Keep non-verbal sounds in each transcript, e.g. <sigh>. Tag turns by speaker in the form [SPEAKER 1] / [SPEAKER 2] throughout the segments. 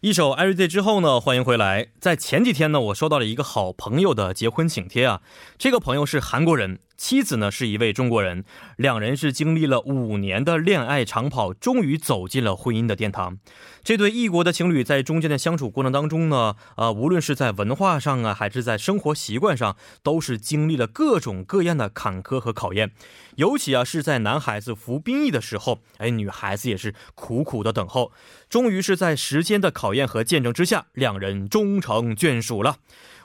[SPEAKER 1] 一首《Every Day》之后呢，欢迎回来。在前几天呢，我收到了一个好朋友的结婚请帖啊。这个朋友是韩国人，妻子呢是一位中国人，两人是经历了五年的恋爱长跑，终于走进了婚姻的殿堂。这对异国的情侣在中间的相处过程当中呢，呃，无论是在文化上啊，还是在生活习惯上，都是经历了各种各样的坎坷和考验。尤其啊，是在男孩子服兵役的时候，哎，女孩子也是苦苦的等候，终于是在时间的考验和见证之下，两人终成眷属了。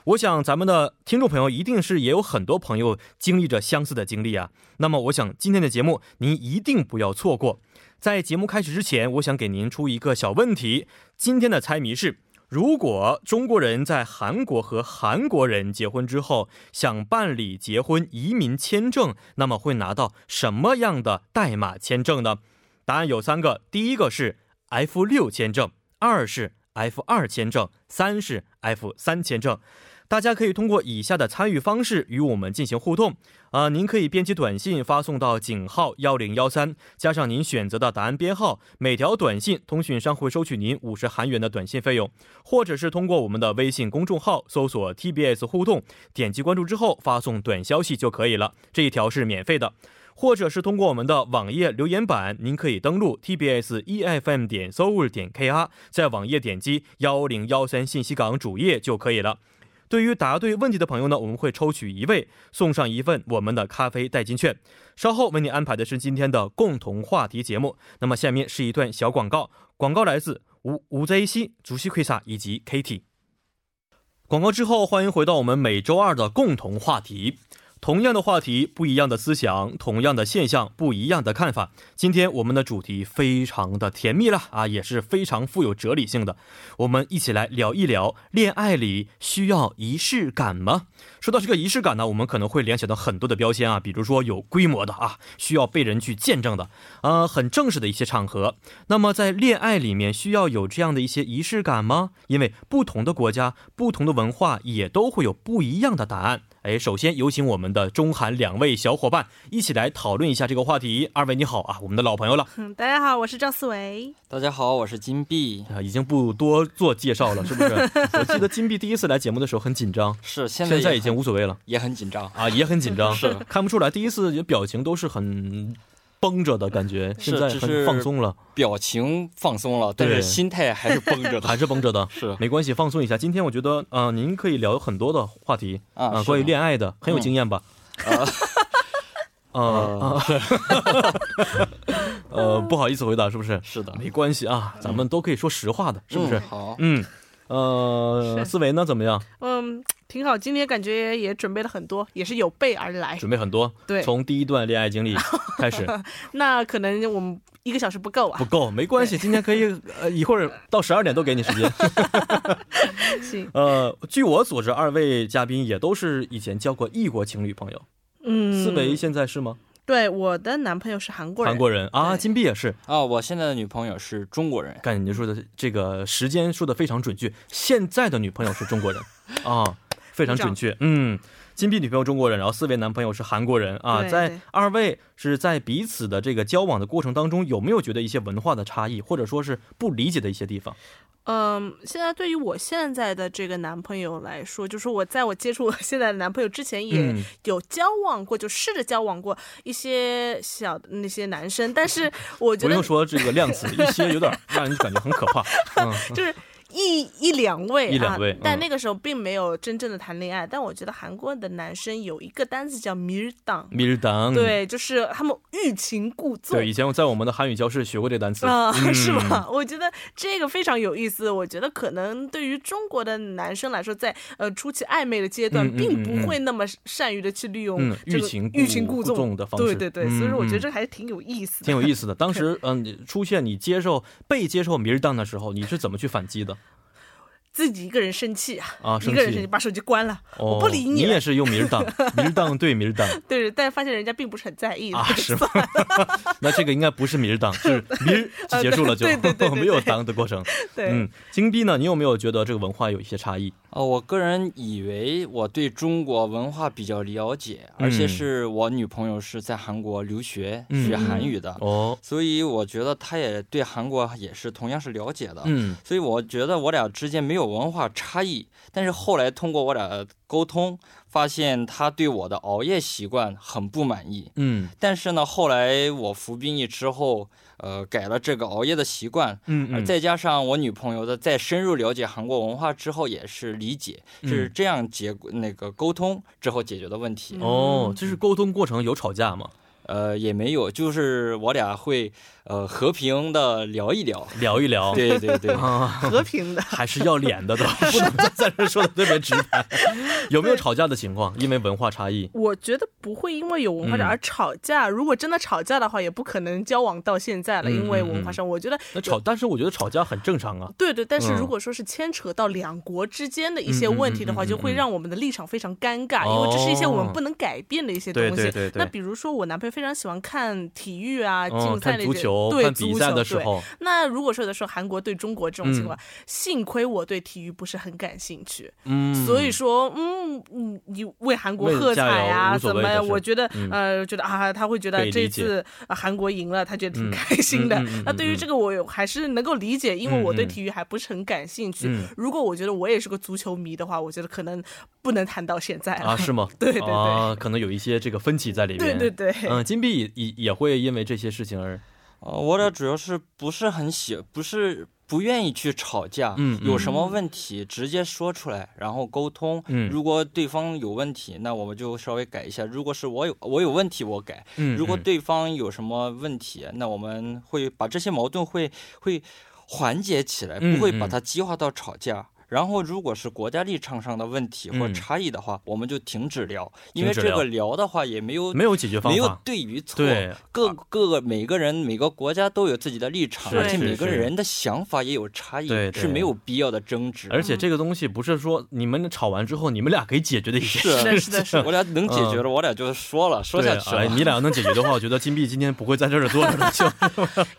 [SPEAKER 1] 我想咱们的听众朋友一定是也有很多朋友经历着相似的经历啊。那么，我想今天的节目您一定不要错过。在节目开始之前，我想给您出一个小问题。今天的猜谜是：如果中国人在韩国和韩国人结婚之后，想办理结婚移民签证，那么会拿到什么样的代码签证呢？答案有三个：第一个是 F 六签证，二是 F 二签证，三是 F 三签证。大家可以通过以下的参与方式与我们进行互动。啊、您可以编辑短信发送到井号幺零幺三，加上您选择的答案编号，每条短信通讯商会收取您五十韩元的短信费用，或者是通过我们的微信公众号搜索 TBS 互动，点击关注之后发送短消息就可以了，这一条是免费的。或者是通过我们的网页留言板，您可以登录 tbs efm E 点 s o u l 点 kr，在网页点击幺零幺三信息港主页就可以了。对于答对问题的朋友呢，我们会抽取一位，送上一份我们的咖啡代金券。稍后为你安排的是今天的共同话题节目。那么下面是一段小广告，广告来自吴吴 Z 西、竹西奎萨以及 Kitty。广告之后，欢迎回到我们每周二的共同话题。同样的话题，不一样的思想，同样的现象，不一样的看法。今天我们的主题非常的甜蜜了啊，也是非常富有哲理性的。我们一起来聊一聊，恋爱里需要仪式感吗？说到这个仪式感呢，我们可能会联想到很多的标签啊，比如说有规模的啊，需要被人去见证的，呃，很正式的一些场合。那么在恋爱里面，需要有这样的一些仪式感吗？因为不同的国家、不同的文化也都会有不一样的答案。哎，首先有请我们的中韩两位小伙伴一起来讨论一下这个话题。二位你好啊，我们的老朋友了，
[SPEAKER 2] 嗯，大家好，我是赵思维。
[SPEAKER 3] 大家好，我是金币。
[SPEAKER 1] 啊已经不多做介绍了，是
[SPEAKER 3] <laughs>
[SPEAKER 1] 不是？我记得金币第一次来节目的时候很紧张，
[SPEAKER 3] 是现在
[SPEAKER 1] 现在已
[SPEAKER 3] 也
[SPEAKER 1] 经无所谓了
[SPEAKER 3] 也很紧张，
[SPEAKER 1] 啊，也很紧张，
[SPEAKER 3] <laughs> 是
[SPEAKER 1] 看不出来，第一次表情都是很绷着的感觉，现
[SPEAKER 3] 是
[SPEAKER 1] 在
[SPEAKER 3] 只
[SPEAKER 1] 很
[SPEAKER 3] 是
[SPEAKER 1] 放松了，
[SPEAKER 3] 表情放松了，但
[SPEAKER 1] 对
[SPEAKER 3] 是心态还是绷着
[SPEAKER 1] <laughs>
[SPEAKER 3] 的。
[SPEAKER 1] 还是绷着的。
[SPEAKER 3] 是
[SPEAKER 1] 没关系，放松一下。今天我觉得，呃，您可以聊很多的话题呃
[SPEAKER 3] 啊是
[SPEAKER 1] 关于
[SPEAKER 3] 吗嗯啊
[SPEAKER 1] 恋爱的，很有经验吧？ <laughs> 呃，呃，呃，不好意思回答，是不是？
[SPEAKER 3] 是的，
[SPEAKER 1] 没关系啊，咱们都可以说实话的，是不是
[SPEAKER 3] 嗯？好，
[SPEAKER 1] 嗯，呃，
[SPEAKER 2] 是
[SPEAKER 1] 思维呢怎么样？
[SPEAKER 2] 嗯，挺好，今天感觉也准备了很多，也是有备而来。
[SPEAKER 1] 准备很多，
[SPEAKER 2] 对
[SPEAKER 1] 从第一段恋爱经历开
[SPEAKER 2] <laughs>
[SPEAKER 1] 始
[SPEAKER 2] 那可能我们一个小时不够
[SPEAKER 1] 不
[SPEAKER 2] 啊。
[SPEAKER 1] 够，没关系，今天可以，呃，一会儿到十二点都给你时
[SPEAKER 2] <laughs>
[SPEAKER 1] 间。
[SPEAKER 2] 行，
[SPEAKER 1] 呃，据我所知，二位嘉宾也都是以前交过异国情侣朋友。
[SPEAKER 2] 嗯，
[SPEAKER 1] 思维现在是吗？
[SPEAKER 2] 对，我的男朋友是韩国人。
[SPEAKER 1] 韩国人啊，
[SPEAKER 2] 对
[SPEAKER 1] 金币也是。
[SPEAKER 3] 啊，我现在的女朋友是中国人，
[SPEAKER 1] 感觉您说的这个时间说的非常准确，现在的女朋友是中国
[SPEAKER 2] <laughs>
[SPEAKER 1] 人啊，非常准确。嗯，金币女朋友中国人，然后四位男朋友是韩国人啊。
[SPEAKER 2] 对
[SPEAKER 1] 在
[SPEAKER 2] 对
[SPEAKER 1] 二位是在彼此的这个交往的过程当中，有没有觉得一些文化的差异，或者说是不理解的一些地方？
[SPEAKER 2] 嗯，现在对于我现在的这个男朋友来说，就是我在我接触我现在的男朋友之前，也
[SPEAKER 1] 嗯
[SPEAKER 2] 有交往过，就试着交往过一些小的那些男生，但是我觉
[SPEAKER 1] 不
[SPEAKER 2] 得
[SPEAKER 1] 用说这个量词，一些有点让人感觉很可怕。嗯， <laughs>
[SPEAKER 2] 就是一一两位，
[SPEAKER 1] 一两位
[SPEAKER 2] 啊，但
[SPEAKER 1] 嗯
[SPEAKER 2] 那个时候并没有真正的谈恋爱。但我觉得韩国的男生有一个单词叫米尔党，
[SPEAKER 1] 米尔当。
[SPEAKER 2] <laughs> 对，就是他们欲擒故纵
[SPEAKER 1] 嗯对，。以前我在我们的韩语教室学过这单词。
[SPEAKER 2] 啊、
[SPEAKER 1] 嗯
[SPEAKER 2] <laughs> 是吧？我觉得这个非常有意思。我觉得可能对于中国的男生来说，在呃初期暧昧的阶段
[SPEAKER 1] 嗯嗯，
[SPEAKER 2] 并
[SPEAKER 1] 嗯嗯
[SPEAKER 2] 不会那么善于的去利用
[SPEAKER 1] 嗯
[SPEAKER 2] 这个
[SPEAKER 1] 欲擒故
[SPEAKER 2] 欲擒故
[SPEAKER 1] 故纵的方式
[SPEAKER 2] 对对对，所以说我觉
[SPEAKER 1] 嗯嗯
[SPEAKER 2] 得这还是挺有意思的
[SPEAKER 1] 挺。有意思的。当时，嗯，你出现你接受被接受米尔当的时候，你是怎么去反击的
[SPEAKER 2] 自己一个人生气啊，
[SPEAKER 1] 啊？
[SPEAKER 2] 一
[SPEAKER 1] 生
[SPEAKER 2] 个人
[SPEAKER 1] 气
[SPEAKER 2] 生气，？把手机关了。
[SPEAKER 1] 哦，
[SPEAKER 2] 我不理
[SPEAKER 1] 你，
[SPEAKER 2] 你了
[SPEAKER 1] 也是用名儿
[SPEAKER 2] <laughs>
[SPEAKER 1] 当，名儿当对名儿当
[SPEAKER 2] 对，但发现人家并不是很在意
[SPEAKER 1] 啊，是吗？ <laughs> 那这个应该不是名
[SPEAKER 2] <laughs>
[SPEAKER 1] 儿当，是名儿就结束了就， <laughs>
[SPEAKER 2] 呃对对对对对
[SPEAKER 1] 没有当的过程。嗯
[SPEAKER 2] <laughs> 对，
[SPEAKER 1] 嗯，金币呢？你有没有觉得这个文化有一些差异？
[SPEAKER 3] 呃，我个人以为我对中国文化比较了解，而且
[SPEAKER 1] 嗯
[SPEAKER 3] 是我女朋友是在韩国留学、
[SPEAKER 1] 嗯
[SPEAKER 3] 学韩语的，
[SPEAKER 1] 哦，
[SPEAKER 3] 所以我觉得她也对韩国也是同样是了解的。
[SPEAKER 1] 嗯
[SPEAKER 3] 所以我觉得我俩之间没有文化差异，但是后来通过我俩沟通，发现她对我的熬夜习惯很不满意。
[SPEAKER 1] 嗯
[SPEAKER 3] 但是呢，后来我服兵役之后，呃，改了这个熬夜的习惯，
[SPEAKER 1] 嗯
[SPEAKER 3] 而
[SPEAKER 1] 嗯，
[SPEAKER 3] 再加上我女朋友的再深入了解韩国文化之后，也是理解，
[SPEAKER 1] 嗯
[SPEAKER 3] 是这样结果那个沟通之后解决的问题。
[SPEAKER 1] 哦，这是沟通过程有吵架吗？
[SPEAKER 3] 呃，也没有，就是我俩会呃和平的聊一聊。
[SPEAKER 1] 聊一聊，
[SPEAKER 3] 对对对，
[SPEAKER 1] 啊，
[SPEAKER 2] 和平的。
[SPEAKER 1] 还是要脸
[SPEAKER 3] <laughs>
[SPEAKER 1] 的都，不能再在这说的特别直
[SPEAKER 2] <laughs>
[SPEAKER 1] 白。有没有吵架的情况？因为文化差异？
[SPEAKER 2] 我觉得不会因为有文化
[SPEAKER 1] 嗯
[SPEAKER 2] 而吵架。如果真的吵架的话，也不可能交往到现在了，
[SPEAKER 1] 嗯
[SPEAKER 2] 因为
[SPEAKER 1] 嗯
[SPEAKER 2] 文化
[SPEAKER 1] 嗯
[SPEAKER 2] 上，我觉得
[SPEAKER 1] 那吵，但是我觉得吵架很正常啊。
[SPEAKER 2] 对对，但是
[SPEAKER 1] 嗯
[SPEAKER 2] 如果说是牵扯到两国之间的一些问题的话，
[SPEAKER 1] 嗯嗯嗯嗯嗯
[SPEAKER 2] 就会让我们的立场非常尴尬，
[SPEAKER 1] 哦
[SPEAKER 2] 因为这是一些我们不能改变的一些东西。
[SPEAKER 1] 对对对对
[SPEAKER 2] 那比如说，我男朋友非常喜欢看体育啊、
[SPEAKER 1] 嗯，
[SPEAKER 2] 竞赛
[SPEAKER 1] 看
[SPEAKER 2] 类
[SPEAKER 1] 足
[SPEAKER 2] 的
[SPEAKER 1] 球、
[SPEAKER 2] 对
[SPEAKER 1] 看比赛的时。
[SPEAKER 2] 足球对
[SPEAKER 1] 候，
[SPEAKER 2] 那如果说有的时候韩国对中国这种情况，幸亏我对体育不是很感兴趣，
[SPEAKER 1] 嗯，
[SPEAKER 2] 所以说，嗯，嗯你为韩国
[SPEAKER 1] 为
[SPEAKER 2] 喝
[SPEAKER 1] 加
[SPEAKER 2] 彩
[SPEAKER 1] 油
[SPEAKER 2] 啊，
[SPEAKER 1] 无所
[SPEAKER 2] 怎
[SPEAKER 1] 谓
[SPEAKER 2] 么
[SPEAKER 1] 的
[SPEAKER 2] 样？
[SPEAKER 1] 事
[SPEAKER 2] 我觉得，
[SPEAKER 1] 嗯
[SPEAKER 2] 呃，觉得啊，他会觉
[SPEAKER 1] 可
[SPEAKER 2] 得
[SPEAKER 1] 以
[SPEAKER 2] 这
[SPEAKER 1] 理解
[SPEAKER 2] 次、啊韩国赢了，他觉得挺
[SPEAKER 1] 嗯
[SPEAKER 2] 开心的。
[SPEAKER 1] 嗯嗯嗯
[SPEAKER 2] 那对于
[SPEAKER 1] 嗯
[SPEAKER 2] 这个，我有还是能够理解，因为我对
[SPEAKER 1] 嗯嗯
[SPEAKER 2] 体育还不是很感兴趣。
[SPEAKER 1] 嗯
[SPEAKER 2] 如果我觉得我也是个足球迷的话，我觉得可能不能谈到现在了。
[SPEAKER 1] 啊，是吗？
[SPEAKER 2] 对对对
[SPEAKER 1] 啊，可能有一些这个分歧在里
[SPEAKER 2] <laughs> 对
[SPEAKER 1] 面。
[SPEAKER 2] 对对，
[SPEAKER 1] 嗯，金币也也也会因为这些事情而
[SPEAKER 3] 呃，我俩主要是不是很喜，不是不愿意去吵架，
[SPEAKER 1] 嗯
[SPEAKER 3] 有什么问题直接说出来，然后沟通。
[SPEAKER 1] 嗯
[SPEAKER 3] 如果对方有问题，那我们就稍微改一下；如果是我有我有问题，我改；
[SPEAKER 1] 嗯，
[SPEAKER 3] 如果
[SPEAKER 1] 嗯
[SPEAKER 3] 对方有什么问题，那我们会把这些矛盾会会缓解起来，
[SPEAKER 1] 嗯
[SPEAKER 3] 不会把
[SPEAKER 1] 嗯
[SPEAKER 3] 它激化到吵架。然后，如果是国家立场上的问题或
[SPEAKER 1] 嗯
[SPEAKER 3] 差异的话，我们就停止聊，因
[SPEAKER 1] 停
[SPEAKER 3] 为
[SPEAKER 1] 止
[SPEAKER 3] 这
[SPEAKER 1] 聊
[SPEAKER 3] 个聊的话也没有
[SPEAKER 1] 没有解决方
[SPEAKER 3] 没有
[SPEAKER 2] 嗯
[SPEAKER 1] 法，
[SPEAKER 3] 对与错，
[SPEAKER 1] 对啊
[SPEAKER 3] 各各个每个人每个国家都有自己的立场，
[SPEAKER 1] 是
[SPEAKER 3] 而且
[SPEAKER 2] 是
[SPEAKER 3] 每个
[SPEAKER 1] 是
[SPEAKER 3] 人的想法也有差异，
[SPEAKER 1] 对对
[SPEAKER 3] 是没有必要的争执。
[SPEAKER 1] 而且这个东西不是说你们吵完之后你们俩可以解决的一件事
[SPEAKER 3] 是啊
[SPEAKER 2] 是的，是的，是的。
[SPEAKER 3] 我俩能解决
[SPEAKER 1] 嗯
[SPEAKER 3] 了，我俩就说了，说下去
[SPEAKER 1] 对哎
[SPEAKER 3] 了。
[SPEAKER 1] 你俩能解决的话，我觉得金币今天不会在这儿坐着的，
[SPEAKER 2] <laughs>
[SPEAKER 1] 就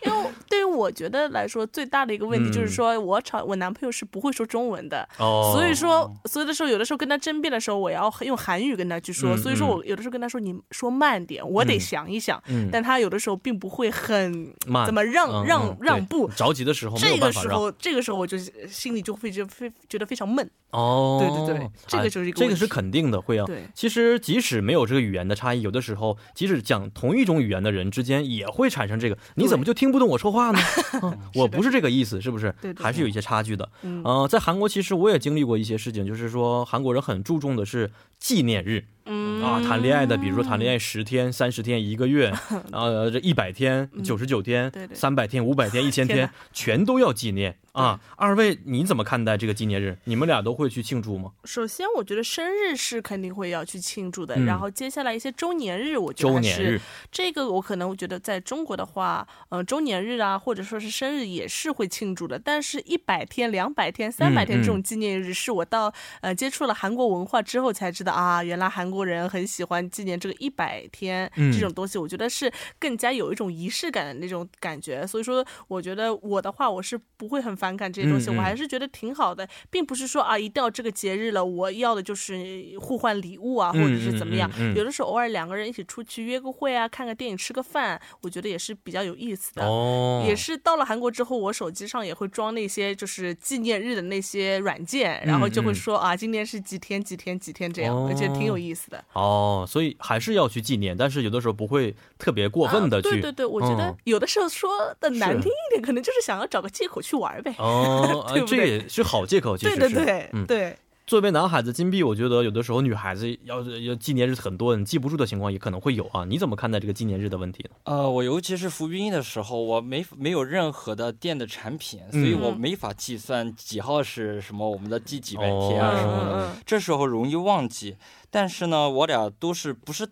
[SPEAKER 2] 因为对于我觉得来说，最大的一个问题
[SPEAKER 1] 嗯
[SPEAKER 2] 就是说，我吵我男朋友是不会说中文的，
[SPEAKER 1] 哦，
[SPEAKER 2] 所以说，所以的时候，有的时候跟他争辩的时候，我要用韩语跟他去
[SPEAKER 1] 嗯
[SPEAKER 2] 说。所以说我有的时候跟他说，你说慢点，我得想一想。
[SPEAKER 1] 嗯
[SPEAKER 2] 但他有的时候并不会很
[SPEAKER 1] 慢
[SPEAKER 2] 怎么让、
[SPEAKER 1] 嗯
[SPEAKER 2] 让、
[SPEAKER 1] 嗯对
[SPEAKER 2] 让步。
[SPEAKER 1] 着急的时候没有
[SPEAKER 2] 这个
[SPEAKER 1] 办法
[SPEAKER 2] 时
[SPEAKER 1] 让
[SPEAKER 2] 候，这个时候我就心里就会觉得非觉得非常闷。
[SPEAKER 1] 哦，
[SPEAKER 2] 对对对这个就是一
[SPEAKER 1] 哎
[SPEAKER 2] 个
[SPEAKER 1] 这个
[SPEAKER 2] 问
[SPEAKER 1] 是
[SPEAKER 2] 题
[SPEAKER 1] 肯定的，会啊。
[SPEAKER 2] 对
[SPEAKER 1] 其实即使没有这个语言的差异，有的时候即使讲同一种语言的人之间也会产生这个，你怎么就听不懂我说
[SPEAKER 2] <laughs>
[SPEAKER 1] 话呢？啊我不是这个意思，是不是？
[SPEAKER 2] 对对对
[SPEAKER 1] 还是有一些差距的。
[SPEAKER 2] 嗯
[SPEAKER 1] 呃，在韩国其实我也经历过一些事情，就是说韩国人很注重的是纪念日。
[SPEAKER 2] 嗯
[SPEAKER 1] 啊，谈恋爱的，比如说谈恋爱十天、三十天、一个
[SPEAKER 2] <laughs>
[SPEAKER 1] 月，呃，这一百天、九十九天
[SPEAKER 2] 嗯对、对
[SPEAKER 1] 三百天、五百
[SPEAKER 2] <laughs>
[SPEAKER 1] 天、一千
[SPEAKER 2] 天
[SPEAKER 1] 天
[SPEAKER 2] 哪，
[SPEAKER 1] 全都要纪念啊！二位你怎么看待这个纪念日？你们俩都会去庆祝吗？
[SPEAKER 2] 首先，我觉得生日是肯定会要去庆祝的，
[SPEAKER 1] 嗯
[SPEAKER 2] 然后接下来一些周年日，我觉得
[SPEAKER 1] 周
[SPEAKER 2] 还
[SPEAKER 1] 年
[SPEAKER 2] 是
[SPEAKER 1] 日，
[SPEAKER 2] 这个我可能我觉得在中国的话，呃，周年日啊，或者说是生日也是会庆祝的，但是一百天、两百天、三百天
[SPEAKER 1] 嗯
[SPEAKER 2] 这种纪念日，是我到呃接触了韩国文化之后才知道啊，原来韩国人很喜欢纪念这个一百天、
[SPEAKER 1] 嗯
[SPEAKER 2] 这种东西，我觉得是更加有一种仪式感的那种感觉。所以说，我觉得我的话，我是不会很反感这些东西，
[SPEAKER 1] 嗯嗯
[SPEAKER 2] 我还是觉得挺好的，并不是说啊，一到这个节日了，我要的就是互换礼物啊，或者是怎么样，
[SPEAKER 1] 嗯嗯嗯嗯
[SPEAKER 2] 有的时候偶尔两个人一起出去约个会啊，看个电影，吃个饭，我觉得也是比较有意思的。
[SPEAKER 1] 哦，
[SPEAKER 2] 也是到了韩国之后，我手机上也会装那些就是纪念日的那些软件，
[SPEAKER 1] 嗯
[SPEAKER 2] 然后就会
[SPEAKER 1] 嗯
[SPEAKER 2] 说啊，今天是几天几天几天这样，
[SPEAKER 1] 哦
[SPEAKER 2] 我觉得挺有意思的。
[SPEAKER 1] 哦，所以还是要去纪念，但是有的时候不会特别过分的
[SPEAKER 2] 啊对
[SPEAKER 1] 去
[SPEAKER 2] 对对，我觉得
[SPEAKER 1] 嗯
[SPEAKER 2] 有的时候说的难
[SPEAKER 1] 是
[SPEAKER 2] 听一点，可能就是想要找个借口去玩呗。 <laughs>
[SPEAKER 1] 哦，哎
[SPEAKER 2] 对不
[SPEAKER 1] 这
[SPEAKER 2] 对
[SPEAKER 1] 也是好借口，其实
[SPEAKER 2] 对
[SPEAKER 1] 是
[SPEAKER 2] 对对、
[SPEAKER 1] 嗯
[SPEAKER 2] 对，
[SPEAKER 1] 作为男孩子，金币，我觉得有的时候女孩子要要纪念日很多，你记不住的情况也可能会有啊。你怎么看待这个纪念日的问题呢？
[SPEAKER 3] 呃，我尤其是服兵役的时候，我没没有任何的电子产品，所以我
[SPEAKER 2] 嗯
[SPEAKER 3] 没法计算几号是什么，我们的第几百
[SPEAKER 1] 哦
[SPEAKER 3] 天
[SPEAKER 2] 嗯
[SPEAKER 3] 啊
[SPEAKER 1] 对
[SPEAKER 3] 什么
[SPEAKER 2] 嗯
[SPEAKER 3] 的。
[SPEAKER 2] 嗯，
[SPEAKER 3] 这时候容易忘记。但是呢，我俩都是不是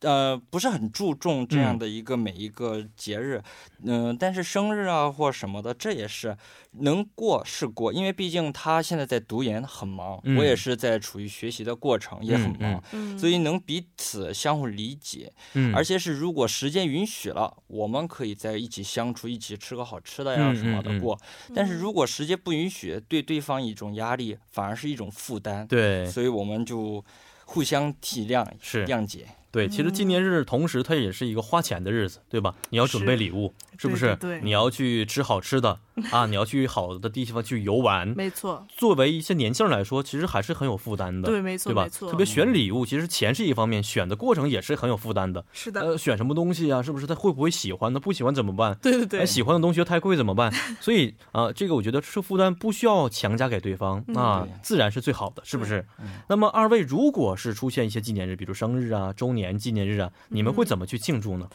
[SPEAKER 3] 呃，不是很注重这
[SPEAKER 2] 嗯
[SPEAKER 3] 样的一个每一个节日，嗯、但是生日啊或什么的，这也是能过是过，因为毕竟他现在在读研很忙，
[SPEAKER 1] 嗯
[SPEAKER 3] 我也是在处于学习的过程，也很忙，
[SPEAKER 2] 嗯，
[SPEAKER 3] 所以能彼此相互理解，
[SPEAKER 1] 嗯，
[SPEAKER 3] 而且是如果时间允许了，我们可以在一起相处，一起吃个好吃的呀
[SPEAKER 1] 嗯
[SPEAKER 3] 什么
[SPEAKER 1] 嗯
[SPEAKER 3] 的
[SPEAKER 1] 嗯
[SPEAKER 3] 过，但是
[SPEAKER 2] 嗯
[SPEAKER 3] 如果时间不允许，对对方一种压力，反而是一种负担，
[SPEAKER 1] 对
[SPEAKER 3] 所以我们就互相体谅、
[SPEAKER 1] 是
[SPEAKER 3] 谅解。
[SPEAKER 1] 对，其实纪
[SPEAKER 2] 嗯
[SPEAKER 1] 念日同时它也是一个花钱的日子，对吧？你要准备礼物，是不是？
[SPEAKER 2] 对对对
[SPEAKER 1] 你要去吃好吃
[SPEAKER 2] <laughs>
[SPEAKER 1] 的啊，你要去好的地方去游玩。
[SPEAKER 2] 没错，
[SPEAKER 1] 作为一些年轻人来说，其实还是很有负担的，
[SPEAKER 2] 对，没错，
[SPEAKER 1] 吧
[SPEAKER 2] 没？错，
[SPEAKER 1] 特别选礼物，其实钱是一方面，选的过程也是很有负担的。
[SPEAKER 2] 是的，
[SPEAKER 1] 呃，选什么东西啊？是不是他会不会喜欢呢？不喜欢怎么办？
[SPEAKER 2] 对对
[SPEAKER 1] 哎
[SPEAKER 2] 对，
[SPEAKER 1] 喜欢的东西又太贵怎么
[SPEAKER 2] <laughs>
[SPEAKER 1] 办？所以啊、这个我觉得是负担不需要强加给对方
[SPEAKER 2] 嗯
[SPEAKER 1] 啊
[SPEAKER 3] 对，
[SPEAKER 1] 自然是最好的，是不是
[SPEAKER 3] 嗯？
[SPEAKER 1] 那么二位如果是出现一些纪念日，比如生日啊、周年纪念日啊，
[SPEAKER 2] 嗯
[SPEAKER 1] 你们会怎么去庆祝呢？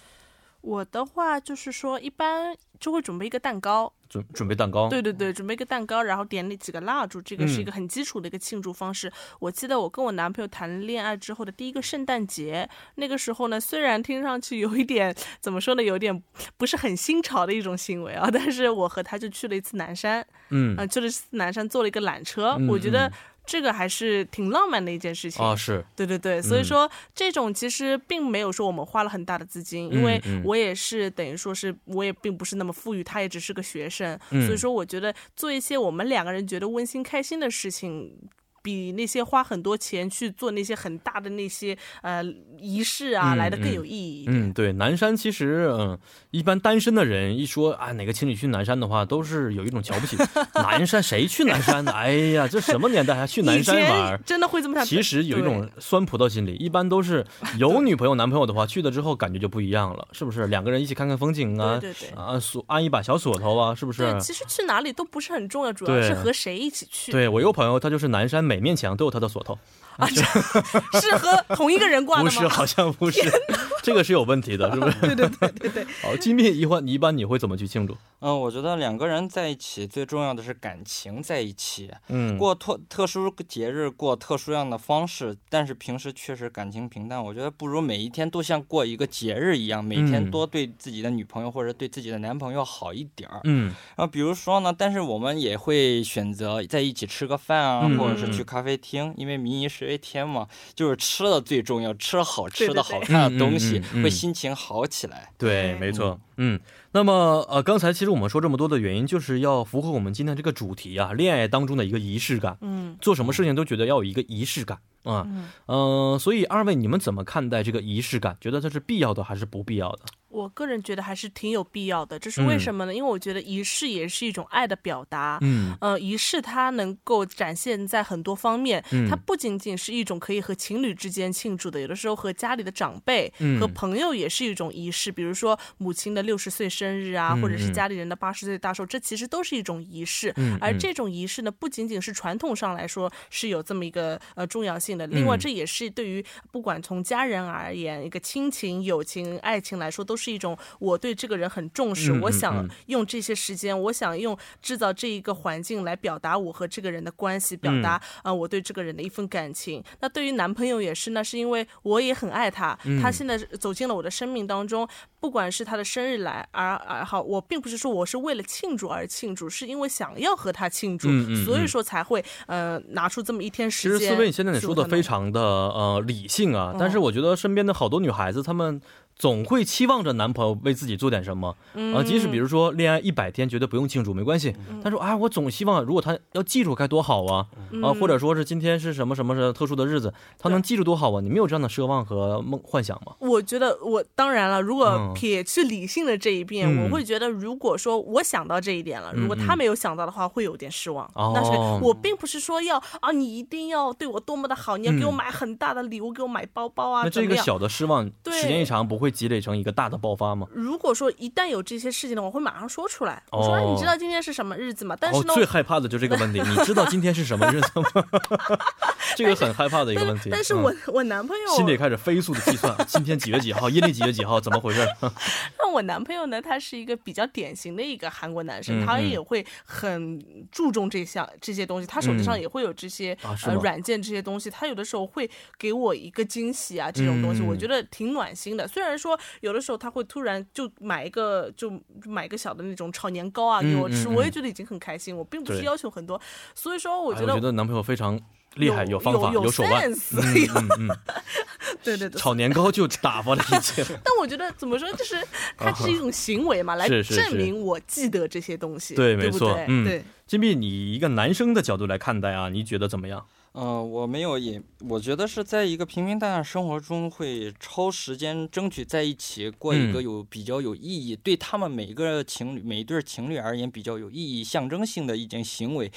[SPEAKER 2] 我的话就是说，一般就会准备一个蛋糕，
[SPEAKER 1] 准准备蛋糕，
[SPEAKER 2] 对对对，准备一个蛋糕，然后点那几个蜡烛，这个是一
[SPEAKER 1] 嗯
[SPEAKER 2] 个很基础的一个庆祝方式。我记得我跟我男朋友谈恋爱之后的第一个圣诞节，那个时候呢，虽然听上去有一点怎么说呢，有点不是很新潮的一种行为啊，但是我和他就去了一次南山，
[SPEAKER 1] 嗯
[SPEAKER 2] 嗯、去了一次南山坐了一个缆车，
[SPEAKER 1] 嗯
[SPEAKER 2] 我觉
[SPEAKER 1] 嗯
[SPEAKER 2] 得这个还是挺浪漫的一件事情。
[SPEAKER 1] 啊是，
[SPEAKER 2] 对对对，所以
[SPEAKER 1] 嗯
[SPEAKER 2] 说这种其实并没有说我们花了很大的资金，因为
[SPEAKER 1] 嗯嗯
[SPEAKER 2] 我也是等于说是我也并不是那么富裕，他也只是个学生，
[SPEAKER 1] 嗯
[SPEAKER 2] 所以说我觉得做一些我们两个人觉得温馨开心的事情。比那些花很多钱去做那些很大的那些呃仪式啊，
[SPEAKER 1] 嗯
[SPEAKER 2] 来的更
[SPEAKER 1] 嗯
[SPEAKER 2] 有意义一点。
[SPEAKER 1] 嗯对，南山其实嗯，一般单身的人一说啊哪个情侣去南山的话，都是有一种瞧不
[SPEAKER 2] <laughs>
[SPEAKER 1] 起，南山谁去南山呢？哎呀，这什么年代还去南
[SPEAKER 2] 以
[SPEAKER 1] 山玩
[SPEAKER 2] 前
[SPEAKER 1] 儿？
[SPEAKER 2] 真的会这么想，
[SPEAKER 1] 其实有一种酸葡萄心理，一般都
[SPEAKER 2] <laughs>
[SPEAKER 1] 是有女朋友、男朋友的话，去了之后感觉就不一样了，是不是？两个人一起看看风景啊，
[SPEAKER 2] 对对对
[SPEAKER 1] 啊锁安一把小锁头啊，是不
[SPEAKER 2] 对，
[SPEAKER 1] 是
[SPEAKER 2] 对，？其实去哪里都不是很重要，主要
[SPEAKER 1] 对
[SPEAKER 2] 是和谁一起去，
[SPEAKER 1] 对我有朋友，他就是南山每面墙都有他的锁头，
[SPEAKER 2] 是和同一
[SPEAKER 1] <laughs>
[SPEAKER 2] 个人挂的
[SPEAKER 1] 不
[SPEAKER 2] 吗？
[SPEAKER 1] 是，好像不是，这个是有问题的，是不是？对
[SPEAKER 2] <laughs>
[SPEAKER 1] 对对对对。好，金币一换，你一般你会怎么去庆祝？
[SPEAKER 3] 嗯，我觉得两个人在一起最重要的是感情在一起，
[SPEAKER 1] 嗯，
[SPEAKER 3] 过特特殊节日过特殊样的方式，但是平时确实感情平淡，我觉得不如每一天都像过一个节日一样，每
[SPEAKER 1] 嗯
[SPEAKER 3] 天多对自己的女朋友或者对自己的男朋友好一点儿。
[SPEAKER 1] 嗯
[SPEAKER 3] 然后啊比如说呢，但是我们也会选择在一起吃个饭啊，
[SPEAKER 1] 嗯
[SPEAKER 3] 或者是
[SPEAKER 1] 嗯
[SPEAKER 3] 去咖啡厅，因为民以食为天嘛，就是吃的最重要，吃好吃
[SPEAKER 2] 对
[SPEAKER 3] 的好
[SPEAKER 2] 对
[SPEAKER 3] 看
[SPEAKER 1] 嗯嗯
[SPEAKER 3] 的东
[SPEAKER 1] 嗯
[SPEAKER 3] 西、
[SPEAKER 1] 嗯
[SPEAKER 3] 会心情好起来。
[SPEAKER 1] 对，
[SPEAKER 2] 对
[SPEAKER 1] 没错，嗯，那么呃，刚才其实我们说这么多的原因，就是要符合我们今天这个主题啊，恋爱当中的一个仪式感。
[SPEAKER 2] 嗯
[SPEAKER 1] 做什么事情都觉得要有一个仪式感啊，
[SPEAKER 2] 嗯。
[SPEAKER 1] 嗯、所以二位你们怎么看待这个仪式感？觉得它是必要的还是不必要的？
[SPEAKER 2] 我个人觉得还是挺有必要的，这是为什么呢？因为我觉得仪式也是一种爱的表达。
[SPEAKER 1] 嗯
[SPEAKER 2] 呃，仪式它能够展现在很多方面，
[SPEAKER 1] 嗯
[SPEAKER 2] 它不仅仅是一种可以和情侣之间庆祝的，有的时候和家里的长辈、
[SPEAKER 1] 嗯
[SPEAKER 2] 和朋友也是一种仪式，比如说母亲的六十岁生日啊，
[SPEAKER 1] 嗯
[SPEAKER 2] 或者是
[SPEAKER 1] 嗯
[SPEAKER 2] 家里人的八十岁大寿，这其实都是一种仪式。
[SPEAKER 1] 嗯
[SPEAKER 2] 而
[SPEAKER 1] 嗯
[SPEAKER 2] 这种仪式呢，不仅仅是传统上来说是有这么一个呃重要性的，另外
[SPEAKER 1] 嗯
[SPEAKER 2] 这也是对于不管从家人而言，一个亲情、友情、爱情来说，都是一种我对这个人很重视，
[SPEAKER 1] 嗯
[SPEAKER 2] 我
[SPEAKER 1] 嗯
[SPEAKER 2] 想
[SPEAKER 1] 嗯
[SPEAKER 2] 用这些时间，我想用制造这一个环境来表达我和这个人的关系，表达啊、
[SPEAKER 1] 嗯
[SPEAKER 2] 呃我对这个人的一份感情。那对于男朋友也是，那是因为我也很爱他，
[SPEAKER 1] 嗯
[SPEAKER 2] 他现在走进了我的生命当中，不管是他的生日来而而好，我并不是说我是为了庆祝而庆祝，是因为想要和他庆祝，
[SPEAKER 1] 嗯嗯
[SPEAKER 2] 所
[SPEAKER 1] 嗯
[SPEAKER 2] 以说才会呃拿出这么一天
[SPEAKER 1] 其
[SPEAKER 2] 时
[SPEAKER 1] 实
[SPEAKER 2] 间。
[SPEAKER 1] 思维，你现在你说的非常的呃理性啊，
[SPEAKER 2] 嗯
[SPEAKER 1] 但是我觉得身边的好多女孩子，她们总会期望着男朋友为自己做点什么啊、即
[SPEAKER 2] 嗯
[SPEAKER 1] 使比如说恋爱一百天，觉得不用庆祝没关系，但是啊、我总希望如果他要记住该多好啊
[SPEAKER 2] 嗯
[SPEAKER 1] 啊，或者说是今天是什么什么什么特殊的日子，他能记住多好啊？你们有这样的奢望和梦幻想吗？
[SPEAKER 2] 我觉得我当然了，如
[SPEAKER 1] 嗯
[SPEAKER 2] 果撇去理性的这一面，
[SPEAKER 1] 嗯
[SPEAKER 2] 我会觉得，如果说我想到这一点了，如果他没有想到的话，会有点失望。
[SPEAKER 1] 哦
[SPEAKER 2] 但是我并不是说要啊，你一定要对我多么的好，你要给我买很大的礼物，给我买包包
[SPEAKER 1] 嗯
[SPEAKER 2] 啊，
[SPEAKER 1] 那这
[SPEAKER 2] 怎么
[SPEAKER 1] 个
[SPEAKER 2] 样？
[SPEAKER 1] 小的失望，
[SPEAKER 2] 对
[SPEAKER 1] 时间一长不会积累成一个大的爆发吗？
[SPEAKER 2] 如果说一旦有这些事情呢，我会马上说出来。我说、
[SPEAKER 1] 哦
[SPEAKER 2] 哎你知道今天是什么日子吗？但
[SPEAKER 1] 哦
[SPEAKER 2] 是，呢，
[SPEAKER 1] 最害怕的就这个问题。你知道今天是什么日子吗？ <laughs> 这个很害怕的一个问
[SPEAKER 2] 但
[SPEAKER 1] 题
[SPEAKER 2] 是。但是
[SPEAKER 1] 嗯
[SPEAKER 2] 我、我男朋友
[SPEAKER 1] 心里开始飞速的计算，今天几月几号，阴历几月几号，怎么回事？
[SPEAKER 2] 那我男朋友呢，他是一个比较典型的一个韩国男生，
[SPEAKER 1] 嗯
[SPEAKER 2] 他
[SPEAKER 1] 嗯
[SPEAKER 2] 也会很注重这项这些东西，他手机上
[SPEAKER 1] 嗯
[SPEAKER 2] 也会有这些、
[SPEAKER 1] 啊是
[SPEAKER 2] 呃
[SPEAKER 1] 吗
[SPEAKER 2] 软件这些东西，他有的时候会给我一个惊喜啊，这种东西、
[SPEAKER 1] 嗯
[SPEAKER 2] 我觉得挺暖心的。虽然说有的时候他会突然就买一个就买一个小的那种炒年糕啊给我吃，
[SPEAKER 1] 嗯嗯
[SPEAKER 2] 我也觉得已经很开心，我并不是
[SPEAKER 1] 对
[SPEAKER 2] 要求很多，所以说我
[SPEAKER 1] 哎
[SPEAKER 2] 觉
[SPEAKER 1] 我
[SPEAKER 2] 得
[SPEAKER 1] 觉得男朋友非常厉害，
[SPEAKER 2] 有
[SPEAKER 1] 方法，
[SPEAKER 2] 有
[SPEAKER 1] 有手腕。
[SPEAKER 2] sense， <laughs>
[SPEAKER 1] 嗯嗯嗯，
[SPEAKER 2] 对对对，
[SPEAKER 1] 炒年糕就打发了一切。 <laughs>
[SPEAKER 2] 但我觉得怎么说，就是它是一种行为嘛，来
[SPEAKER 1] 啊是是
[SPEAKER 2] 证明我记得这些东西，
[SPEAKER 1] 对
[SPEAKER 2] 对
[SPEAKER 1] 没
[SPEAKER 2] 不
[SPEAKER 1] 错
[SPEAKER 2] 对？
[SPEAKER 1] 嗯
[SPEAKER 2] 对，
[SPEAKER 1] 金币，你一个男生的角度来看待啊，你觉得怎么样？
[SPEAKER 3] 呃，我没有也，我觉得是在一个平平淡淡生活中，会抽时间争取在一起过一个
[SPEAKER 1] 嗯
[SPEAKER 3] 有比较有意义，对他们每个情侣、每一对情侣而言比较有意义、象征性的一件行为，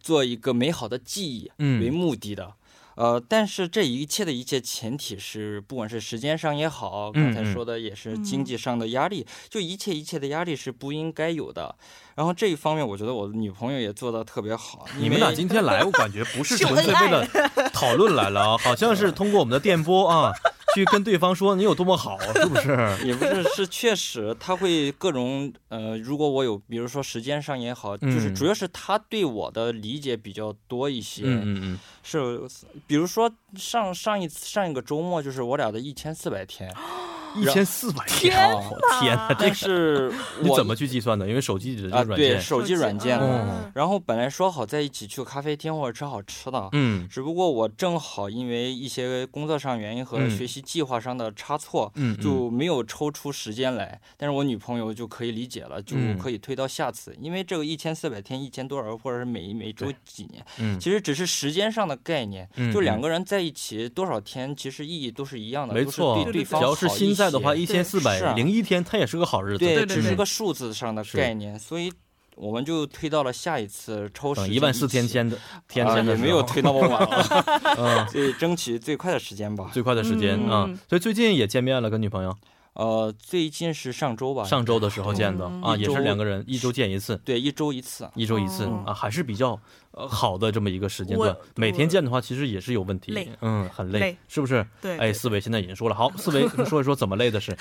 [SPEAKER 3] 做一个美好的记忆
[SPEAKER 1] 嗯
[SPEAKER 3] 为目的的。呃，但是这一切的一切前提是，不管是时间上也好，刚才
[SPEAKER 1] 嗯嗯
[SPEAKER 3] 说的也是
[SPEAKER 2] 嗯
[SPEAKER 3] 经济上的压力，就一切一切的压力是不应该有的。然后这一方面，我觉得我的女朋友也做的特别好。
[SPEAKER 1] 你
[SPEAKER 3] 因
[SPEAKER 1] 们
[SPEAKER 3] 为
[SPEAKER 1] 俩今天来，我感觉不是
[SPEAKER 2] 秀
[SPEAKER 1] 纯粹
[SPEAKER 2] 恩
[SPEAKER 1] 为
[SPEAKER 2] 爱
[SPEAKER 1] 了讨论来了啊，好像是通过我们的电波啊，去跟对方说你有多么好，是不
[SPEAKER 2] <laughs>
[SPEAKER 1] 是？
[SPEAKER 3] <laughs> 也不是，是确实他会各种呃，如果我有，比如说时间上也好，就是
[SPEAKER 1] 嗯
[SPEAKER 3] 主要是他对我的理解比较多一些。
[SPEAKER 1] 嗯嗯嗯，
[SPEAKER 3] 是，比如说上上一次上一个周末，就是我俩的一千四
[SPEAKER 2] <laughs>
[SPEAKER 3] 百天，
[SPEAKER 1] 嗯一千四百
[SPEAKER 2] 天
[SPEAKER 1] 天，我天哪，这
[SPEAKER 3] 但是
[SPEAKER 1] <laughs> 你
[SPEAKER 3] 我
[SPEAKER 1] 怎么去计算的？因为手机里的这
[SPEAKER 3] 啊？
[SPEAKER 1] 个软
[SPEAKER 3] 对，
[SPEAKER 1] 件，
[SPEAKER 3] 手机软件。
[SPEAKER 1] 哦
[SPEAKER 2] 嗯
[SPEAKER 3] 然后本来说好在一起去咖啡厅或者吃好吃的，
[SPEAKER 1] 嗯
[SPEAKER 3] 只不过我正好因为一些工作上原因和
[SPEAKER 1] 嗯
[SPEAKER 3] 学习计划上的差错，
[SPEAKER 1] 嗯，嗯
[SPEAKER 3] 就没有抽出时间来，但是我女朋友就可以理解了，就
[SPEAKER 1] 嗯
[SPEAKER 3] 可以推到下次，因为这个一千四百天、一千多少，或者是每每周
[SPEAKER 1] 对
[SPEAKER 3] 几年，
[SPEAKER 1] 嗯
[SPEAKER 3] 其实只是时间上的概念，
[SPEAKER 1] 嗯
[SPEAKER 3] 就
[SPEAKER 1] 嗯
[SPEAKER 3] 两个人在一起多少天，其实意义都是一样的，
[SPEAKER 1] 没
[SPEAKER 3] 都是
[SPEAKER 1] 错，
[SPEAKER 3] 对
[SPEAKER 2] 对
[SPEAKER 3] 对
[SPEAKER 2] 对
[SPEAKER 1] 只
[SPEAKER 3] 方
[SPEAKER 1] 要是
[SPEAKER 3] 好一
[SPEAKER 1] 心在的
[SPEAKER 3] 些
[SPEAKER 1] 话，一千四
[SPEAKER 3] 是
[SPEAKER 1] 百
[SPEAKER 3] 啊
[SPEAKER 1] 零一天，它也是个好日子。
[SPEAKER 3] 对，
[SPEAKER 2] 对
[SPEAKER 3] 只
[SPEAKER 2] 对
[SPEAKER 3] 是
[SPEAKER 2] 对
[SPEAKER 3] 个数字上的
[SPEAKER 1] 是
[SPEAKER 3] 概念，所以我们就推到了下一次抽时
[SPEAKER 1] 等嗯
[SPEAKER 3] 间
[SPEAKER 1] 一万四千
[SPEAKER 3] 起
[SPEAKER 1] 天的天
[SPEAKER 3] 啊
[SPEAKER 1] 天
[SPEAKER 3] 也
[SPEAKER 1] 的时
[SPEAKER 3] 没有
[SPEAKER 1] 候
[SPEAKER 3] 推那么晚了，
[SPEAKER 1] <laughs> 嗯，
[SPEAKER 3] 所以争取最快的时间吧。
[SPEAKER 1] 最快的时间
[SPEAKER 2] 嗯
[SPEAKER 1] 啊
[SPEAKER 2] 嗯，
[SPEAKER 1] 所以最近也见面了，跟女朋友
[SPEAKER 3] 呃，最近是上周吧，
[SPEAKER 1] 上周的时候见的
[SPEAKER 2] 嗯
[SPEAKER 1] 啊，
[SPEAKER 3] 一
[SPEAKER 1] 也是
[SPEAKER 3] 周嗯
[SPEAKER 1] 两个人一周见一次，
[SPEAKER 3] 对一周一次，
[SPEAKER 1] 一周一次
[SPEAKER 2] 哦
[SPEAKER 1] 啊，还是比较呃好的这么一个时间段
[SPEAKER 2] 我。
[SPEAKER 1] 每天见的话，其实也是有问题
[SPEAKER 2] 累，
[SPEAKER 1] 嗯，很
[SPEAKER 2] 累，
[SPEAKER 1] 是不是？
[SPEAKER 2] 对
[SPEAKER 1] 哎，
[SPEAKER 2] 对
[SPEAKER 1] 四伟现在已经说了，好，四伟说一说怎么累的
[SPEAKER 2] <laughs>
[SPEAKER 1] 事，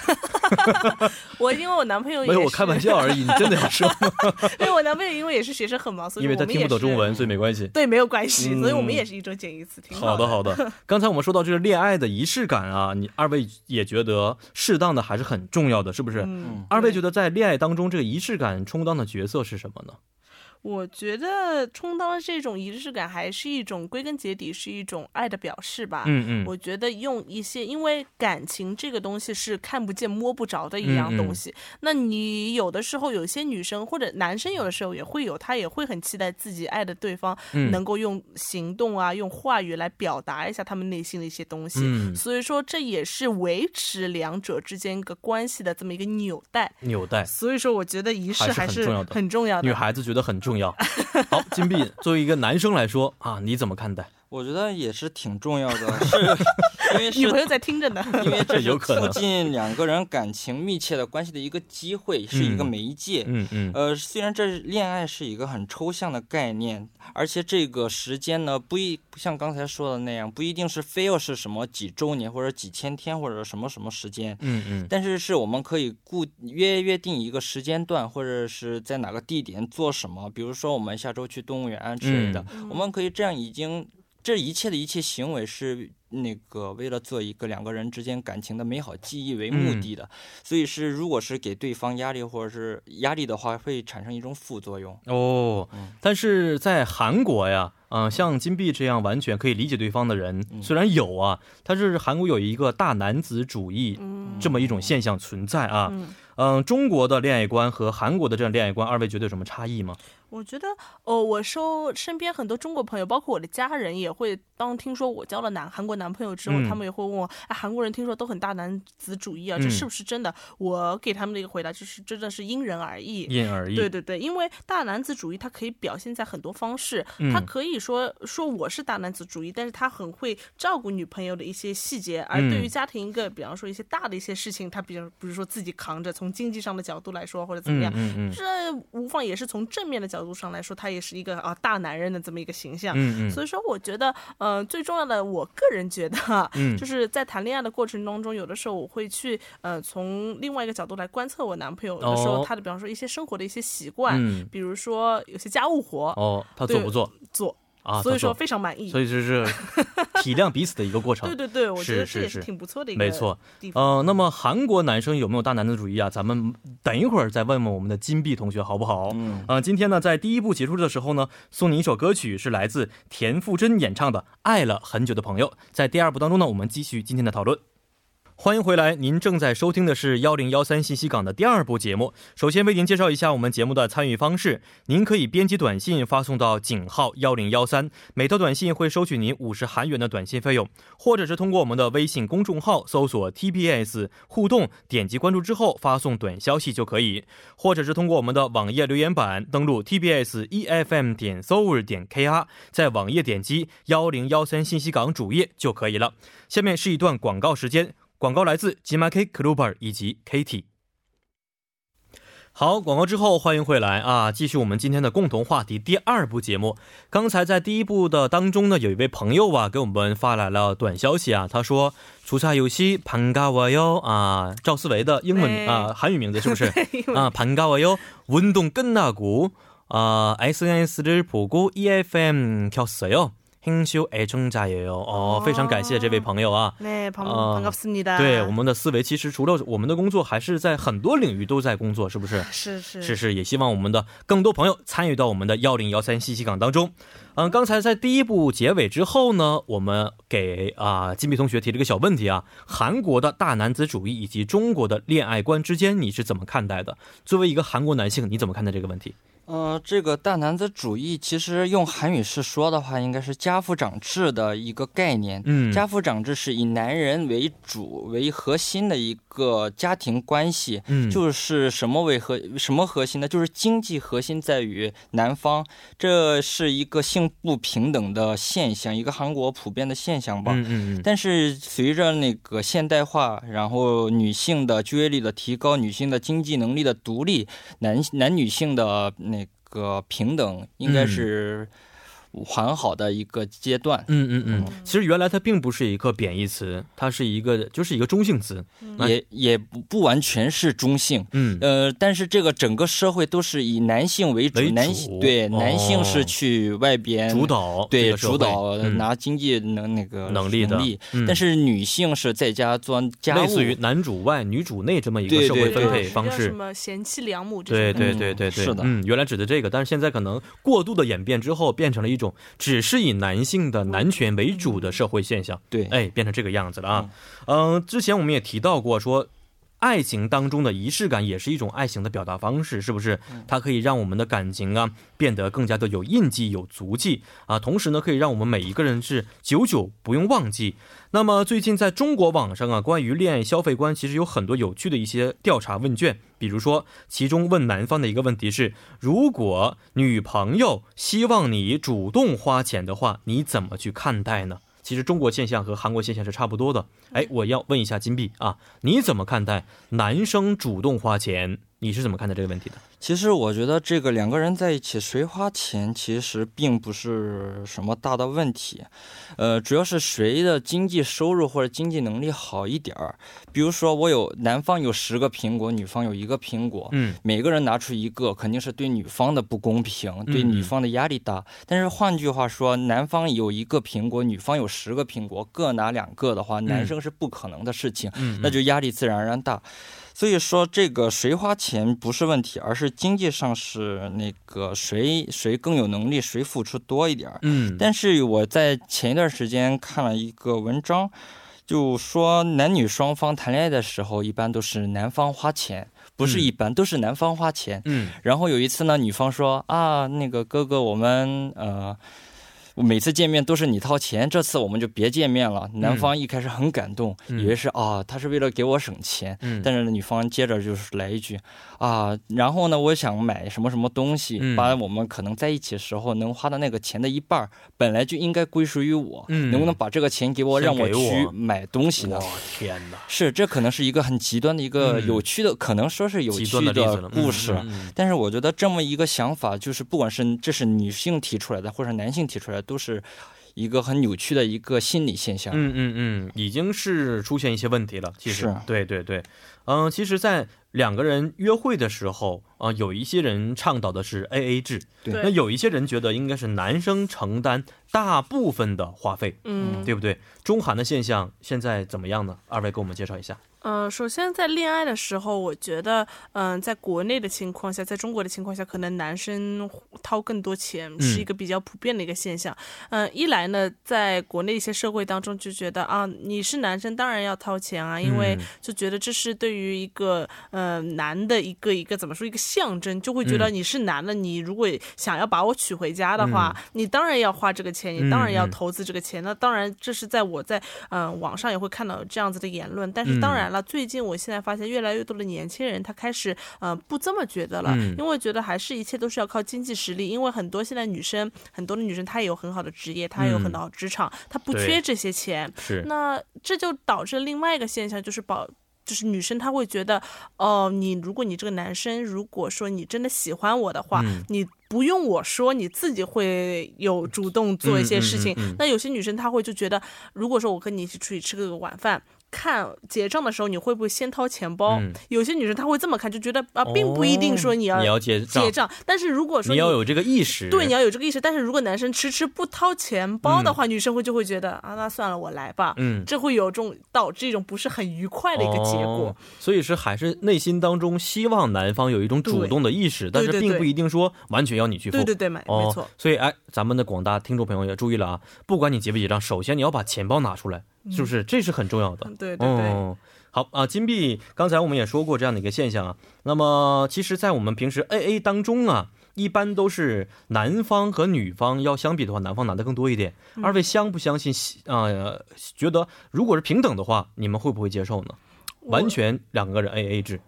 [SPEAKER 2] 我因为我男朋友也
[SPEAKER 1] 没
[SPEAKER 2] 是，
[SPEAKER 1] 有，我开玩，笑而已，你真的要说吗？
[SPEAKER 2] 因为我男朋友因为也是学生很忙，所以
[SPEAKER 1] 因为他
[SPEAKER 2] 我们
[SPEAKER 1] 听不
[SPEAKER 2] 也
[SPEAKER 1] 懂
[SPEAKER 2] 是
[SPEAKER 1] 中，
[SPEAKER 3] 嗯
[SPEAKER 1] 文，所以没关系。
[SPEAKER 2] 对，没有关系，所以我们
[SPEAKER 1] 嗯
[SPEAKER 2] 也是一周见一次，挺
[SPEAKER 1] 好
[SPEAKER 2] 的，
[SPEAKER 1] 的，好 <laughs> 的。刚才我们说到这个恋爱的仪式感啊，你二位也觉得适当的还是很重要的，是不是？
[SPEAKER 2] 嗯，
[SPEAKER 1] 二位
[SPEAKER 2] 对
[SPEAKER 1] 觉得在恋爱当中，这个仪式感充当的角色是什么呢？
[SPEAKER 2] 我觉得充当这种仪式感，还是一种归根结底是一种爱的表示吧，
[SPEAKER 1] 嗯嗯，
[SPEAKER 2] 我觉得用一些，因为感情这个东西是看不见摸不着的
[SPEAKER 1] 嗯
[SPEAKER 2] 一样东西。那你有的时候，有些女生或者男生，有的时候也会有，他也会很期待自己爱的对方
[SPEAKER 1] 嗯
[SPEAKER 2] 能够用行动啊，用话语来表达一下他们内心的一些东西。
[SPEAKER 1] 嗯
[SPEAKER 2] 所以说，这也是维持两者之间一个关系的这么一个纽带。
[SPEAKER 1] 纽带，
[SPEAKER 2] 所以说，我觉得仪式
[SPEAKER 1] 还
[SPEAKER 2] 还
[SPEAKER 1] 是很
[SPEAKER 2] 是
[SPEAKER 1] 重要的
[SPEAKER 2] 很重要的。
[SPEAKER 1] 女孩子觉得很重要。好，金币，作为一个男生来说啊，你怎么看待？
[SPEAKER 3] 我觉得也是挺重要的，是因为
[SPEAKER 2] 女朋
[SPEAKER 3] 是。
[SPEAKER 2] 友在听着
[SPEAKER 1] <laughs>
[SPEAKER 2] 呢。
[SPEAKER 3] 因为这
[SPEAKER 1] 有
[SPEAKER 2] <laughs>
[SPEAKER 3] 是
[SPEAKER 1] 可
[SPEAKER 3] 促
[SPEAKER 1] 能
[SPEAKER 3] 进两个人感情密切的关系的一个机会，是一个
[SPEAKER 1] 嗯
[SPEAKER 3] 媒介。
[SPEAKER 1] 嗯嗯
[SPEAKER 3] 呃，虽然这恋爱是一个很抽象的概念，而且这个时间呢，不一不像刚才说的那样，不一定是非要是什么几周年或者几千天或者什么什么时间，
[SPEAKER 1] 嗯嗯，
[SPEAKER 3] 但是是我们可以固约约定一个时间段，或者是在哪个地点做什么，比如说我们下周去动物园之类的，嗯我们可以这样已经。这一切的一切行为是那个为了做一个两个人之间感情的美好记忆为目的的，所以是如果是给对方压力或者是压力的话，会产生一种副作用。
[SPEAKER 1] 哦，但是在韩国呀，嗯、像金币这样完全可以理解对方的人，虽然有啊，但是韩国有一个大男子主义这么一种现象存在啊。嗯
[SPEAKER 2] 嗯、
[SPEAKER 1] 中国的恋爱观和韩国的这样恋爱观，二位觉得有什么差异吗？
[SPEAKER 2] 我觉得，哦，我收身边很多中国朋友，包括我的家人，也会当听说我交了男韩国男朋友之后，
[SPEAKER 1] 嗯
[SPEAKER 2] 他们也会问我，哎，韩国人听说都很大男子主义啊，
[SPEAKER 1] 嗯
[SPEAKER 2] 这是不是真的？我给他们的一个回答就是，真的是因人而异。
[SPEAKER 1] 因人而异。
[SPEAKER 2] 对对对，因为大男子主义它可以表现在很多方式，
[SPEAKER 1] 嗯
[SPEAKER 2] 他可以说说我是大男子主义，但是他很会照顾女朋友的一些细节，而对
[SPEAKER 1] 嗯
[SPEAKER 2] 于家庭一个，比方说一些大的一些事情，他比如比如说自己扛着，从经济上的角度来说或者怎么
[SPEAKER 1] 嗯
[SPEAKER 2] 样，
[SPEAKER 1] 嗯嗯
[SPEAKER 2] 这无妨也是从正面的角度上来说，他也是一个啊大男人的这么一个形象。
[SPEAKER 1] 嗯嗯，
[SPEAKER 2] 所以说，我觉得，嗯、嗯、呃，最重要的，我个人觉得啊，
[SPEAKER 1] 嗯
[SPEAKER 2] 就是在谈恋爱的过程当中，有的时候我会去呃，从另外一个角度来观测我男朋友，有的时
[SPEAKER 1] 哦
[SPEAKER 2] 候他的，比方说一些生活的一些习惯，
[SPEAKER 1] 嗯，
[SPEAKER 2] 比如说有些家务活、
[SPEAKER 1] 哦，他做不做
[SPEAKER 2] 做，
[SPEAKER 1] 啊？
[SPEAKER 2] 所以
[SPEAKER 1] 他
[SPEAKER 2] 说
[SPEAKER 1] 做
[SPEAKER 2] 非常满意
[SPEAKER 1] 所。以就是体谅彼此的一个过程。
[SPEAKER 2] 对对对，我觉得
[SPEAKER 1] 是
[SPEAKER 2] 这也
[SPEAKER 1] 是
[SPEAKER 2] 是
[SPEAKER 1] 是
[SPEAKER 2] 挺不错的一个，
[SPEAKER 1] 没错
[SPEAKER 2] 地，方
[SPEAKER 1] 呃，那么韩国男生有没有大男子主义啊？咱们等一会儿再问问我们的金币同学好不好？
[SPEAKER 3] 嗯，
[SPEAKER 1] 呃，今天呢，在第一部结束的时候呢，送你一首歌曲，是来自田馥甄演唱的《爱了很久的朋友》。在第二部当中呢，我们继续今天的讨论。欢迎回来，您正在收听的是幺零幺三信息港的第二部节目。首先为您介绍一下我们节目的参与方式，您可以编辑短信发送到井号幺零幺三，每条短信会收取您五十韩元的短信费用，或者是通过我们的微信公众号搜索 TBS 互动，点击关注之后发送短消息就可以。或者是通过我们的网页留言板登录 tbs efm E 点 s o u r 点 kr，在网页点击幺零幺三信息港主页就可以了。下面是一段广告时间，广告来自 g m a k Kluber 以及 Kitty。好，广告之后欢迎回来啊！继续我们今天的共同话题第二部节目。刚才在第一部的当中呢，有一位朋友啊给我们发来了短消息啊，他说“出差游戏盘嘎我哟啊”，赵思维的英文
[SPEAKER 2] 哎
[SPEAKER 1] 啊韩语名字是不啊是？
[SPEAKER 2] 因为
[SPEAKER 1] 아, 반가워요. 운동 끝나고 아, SNS를 보고 EFM 켰어요. 행쇼 애청자예요. 어, 非常感谢这位朋友啊。
[SPEAKER 2] 네, 반,
[SPEAKER 1] 어,
[SPEAKER 2] 갑습니다
[SPEAKER 1] 对我们的思维，其实除了我们的工作，还是在很多领域都在工作，是不是？
[SPEAKER 2] 是是
[SPEAKER 1] 是是，也希望我们的更多朋友参与到我们的幺零幺三信息港当中。嗯，刚才在第一部结尾之后呢，我们给啊、金碧同学提了一个小问题啊，韩国的大男子主义以及中国的恋爱观之间，你是怎么看待的？作为一个韩国男性，你怎么看待这个问题？
[SPEAKER 3] 呃，这个大男子主义其实用韩语是说的话，应该是家父长制的一个概念。
[SPEAKER 1] 嗯
[SPEAKER 3] 家父长制是以男人为主为核心的一个家庭关系，
[SPEAKER 1] 嗯
[SPEAKER 3] 就是什么为核什么核心呢？就是经济核心在于男方，这是一个性不平等的现象，一个韩国普遍的现象吧。
[SPEAKER 1] 嗯嗯
[SPEAKER 3] 但是随着那个现代化，然后女性的就业率的提高，女性的经济能力的独立，男男女性的那个平等，应
[SPEAKER 1] 嗯
[SPEAKER 3] 该是很好的一个阶段。
[SPEAKER 1] 嗯嗯嗯
[SPEAKER 3] 哦
[SPEAKER 1] 嗯，其实原来它并不是一个贬义词，它是一个就是一个中性词。嗯
[SPEAKER 3] 也也不不完全是中性，
[SPEAKER 1] 嗯
[SPEAKER 3] 呃，但是这个整个社会都是以男性为主，
[SPEAKER 1] 为主
[SPEAKER 3] 男性对、
[SPEAKER 1] 哦
[SPEAKER 3] 男性是去外边
[SPEAKER 1] 呃主导这
[SPEAKER 3] 对
[SPEAKER 1] 个社
[SPEAKER 3] 主
[SPEAKER 1] 会
[SPEAKER 3] 导
[SPEAKER 1] 嗯
[SPEAKER 3] 拿经济能那个
[SPEAKER 1] 能力的嗯
[SPEAKER 3] 但是女性是在家做家务，
[SPEAKER 1] 类似于男主外女主内这么一个
[SPEAKER 3] 对
[SPEAKER 1] 社会
[SPEAKER 3] 对
[SPEAKER 1] 分
[SPEAKER 3] 对
[SPEAKER 1] 配方
[SPEAKER 2] 叫什
[SPEAKER 1] 式。
[SPEAKER 2] 么贤妻良母这
[SPEAKER 1] 对
[SPEAKER 2] 种感
[SPEAKER 1] 对
[SPEAKER 2] 觉，
[SPEAKER 1] 对对对，
[SPEAKER 3] 是的
[SPEAKER 1] 嗯，原来指的这个，但是现在可能过度的演变之后，变成了一种只是以男性的男权为主的社会现象，
[SPEAKER 3] 对，
[SPEAKER 1] 哎，变成这个样子了啊。嗯、之前我们也提到过说。爱情当中的仪式感也是一种爱情的表达方式，是不是？它可以让我们的感情啊变得更加的有印记、有足迹啊，同时呢，可以让我们每一个人是久久不用忘记。那么最近在中国网上啊，关于恋爱消费观，其实有很多有趣的一些调查问卷。比如说，其中问男方的一个问题是：如果女朋友希望你主动花钱的话，你怎么去看待呢？其实中国现象和韩国现象是差不多的。哎，我要问一下金币啊，你怎么看待男生主动花钱？你是怎么看待这个问题的？
[SPEAKER 3] 其实我觉得这个两个人在一起谁花钱，其实并不是什么大的问题，呃，主要是谁的经济收入或者经济能力好一点儿。比如说，我有男方有十个苹果，女方有一个苹果，
[SPEAKER 1] 嗯
[SPEAKER 3] 每个人拿出一个，肯定是对女方的不公平，对
[SPEAKER 1] 嗯
[SPEAKER 3] 女方的压力大。但是换句话说，男方有一个苹果，女方有十个苹果，各拿两个的话，男生是不可能的事情。
[SPEAKER 1] 嗯
[SPEAKER 3] 那就压力自然而然大。所以说，这个谁花钱不是问题，而是经济上是那个谁谁更有能力，谁付出多一点儿。
[SPEAKER 1] 嗯，
[SPEAKER 3] 但是我在前一段时间看了一个文章，就说男女双方谈恋爱的时候，一般都是男方花钱，不是
[SPEAKER 1] 嗯
[SPEAKER 3] 一般、都是男方花钱。
[SPEAKER 1] 嗯
[SPEAKER 3] 然后有一次呢，女方说啊，那个哥哥，我们呃，我每次见面都是你掏钱，这次我们就别见面了。男方一开始很感动，
[SPEAKER 1] 嗯
[SPEAKER 3] 以为是啊，他是为了给我省钱。
[SPEAKER 1] 嗯，
[SPEAKER 3] 但是女方接着就是来一句啊，然后呢，我想买什么什么东西，
[SPEAKER 1] 嗯
[SPEAKER 3] 把我们可能在一起时候能花的那个钱的一半儿，本来就应该归属于我，
[SPEAKER 1] 嗯
[SPEAKER 3] 能不能把这个钱给我，
[SPEAKER 1] 先
[SPEAKER 3] 让
[SPEAKER 1] 给
[SPEAKER 3] 去
[SPEAKER 1] 我
[SPEAKER 3] 买东西呢
[SPEAKER 1] 我？天哪，
[SPEAKER 3] 是，这可能是一个很极端的一个
[SPEAKER 1] 嗯
[SPEAKER 3] 有趣的，可能说是有
[SPEAKER 1] 极
[SPEAKER 3] 趣
[SPEAKER 1] 端的例子了，
[SPEAKER 3] 故事。
[SPEAKER 1] 嗯嗯
[SPEAKER 3] 但是我觉得这么一个想法，就是不管是这是女性提出来的，或者是男性提出来的，都是一个很扭曲的一个心理现象。
[SPEAKER 1] 嗯嗯嗯，已经是出现一些问题了。其实
[SPEAKER 3] 是，
[SPEAKER 1] 对对对，嗯、其实，在两个人约会的时候啊、有一些人倡导的是 A A 制，
[SPEAKER 3] 对
[SPEAKER 1] 那有一些人觉得应该是男生承担大部分的花费，
[SPEAKER 2] 嗯，
[SPEAKER 1] 对不对？中韩的现象现在怎么样呢？二位给我们介绍一下。
[SPEAKER 2] 呃，首先在恋爱的时候，我觉得，嗯、在国内的情况下，在中国的情况下，可能男生掏更多钱是
[SPEAKER 1] 嗯
[SPEAKER 2] 一个比较普遍的一个现象。嗯、一来呢，在国内一些社会当中就觉得啊，你是男生当然要掏钱啊，因
[SPEAKER 1] 嗯
[SPEAKER 2] 为就觉得这是对于一个呃男的一个一个怎么说一个象征，就会觉得
[SPEAKER 1] 嗯
[SPEAKER 2] 你是男的，你如果想要把我娶回家的话，你当然要花这个钱，你当然要
[SPEAKER 1] 嗯嗯
[SPEAKER 2] 投资这个钱。那当然，这是在我在嗯、呃网上也会看到有这样子的言论，但是
[SPEAKER 1] 嗯
[SPEAKER 2] 当然了，最近我现在发现越来越多的年轻人他开始嗯、呃不这么觉得了，
[SPEAKER 1] 嗯
[SPEAKER 2] 因为觉得还是一切都是要靠经济实力，因为很多现在女生很多的女生她也有很好的职业，她也有很好的职场，她不
[SPEAKER 1] 嗯对
[SPEAKER 2] 缺这些钱，
[SPEAKER 1] 是
[SPEAKER 2] 那这就导致另外一个现象，就是保。就是女生她会觉得，哦、你如果你这个男生，如果说你真的喜欢我的
[SPEAKER 1] 嗯
[SPEAKER 2] 话，你不用我说，你自己会有主动做一些事情。
[SPEAKER 1] 嗯嗯嗯嗯
[SPEAKER 2] 那有些女生她会就觉得，如果说我跟你一起出去吃个晚饭。看结账的时候，你会不会先掏钱包？
[SPEAKER 1] 嗯
[SPEAKER 2] 有些女生她会这么看，就觉得啊，哦并不一定说你
[SPEAKER 1] 哦
[SPEAKER 2] 要
[SPEAKER 1] 你要结账
[SPEAKER 2] 结，账，但是如果说
[SPEAKER 1] 你要有这个意识，
[SPEAKER 2] 对，你要有这个意识。但是如果男生迟迟不掏钱包的话，女生会就会觉得啊，那算了，我来吧。
[SPEAKER 1] 嗯
[SPEAKER 2] 这会有这种导致一种不是很愉快的一个结果
[SPEAKER 1] 哦。所以是还是内心当中希望男方有一种主动的意识，但是
[SPEAKER 2] 对对
[SPEAKER 1] 并不一定说完全要你去付。
[SPEAKER 2] 对对对，没、
[SPEAKER 1] 哦，
[SPEAKER 2] 没错。
[SPEAKER 1] 所以哎，咱们的广大听众朋友也注意了啊，不管你结不结账，首先你要把钱包拿出来，是不是？这是很重要的。
[SPEAKER 2] 嗯对对对
[SPEAKER 1] 哦好啊，金币，刚才我们也说过这样的一个现象啊。那么，其实，在我们平时 A A 当中啊，一般都是男方和女方要相比的话，男方拿的更多一点。
[SPEAKER 2] 嗯
[SPEAKER 1] 二位相不相信？呃，觉得如果是平等的话，你们会不会接受呢？完全两个人 A A 制，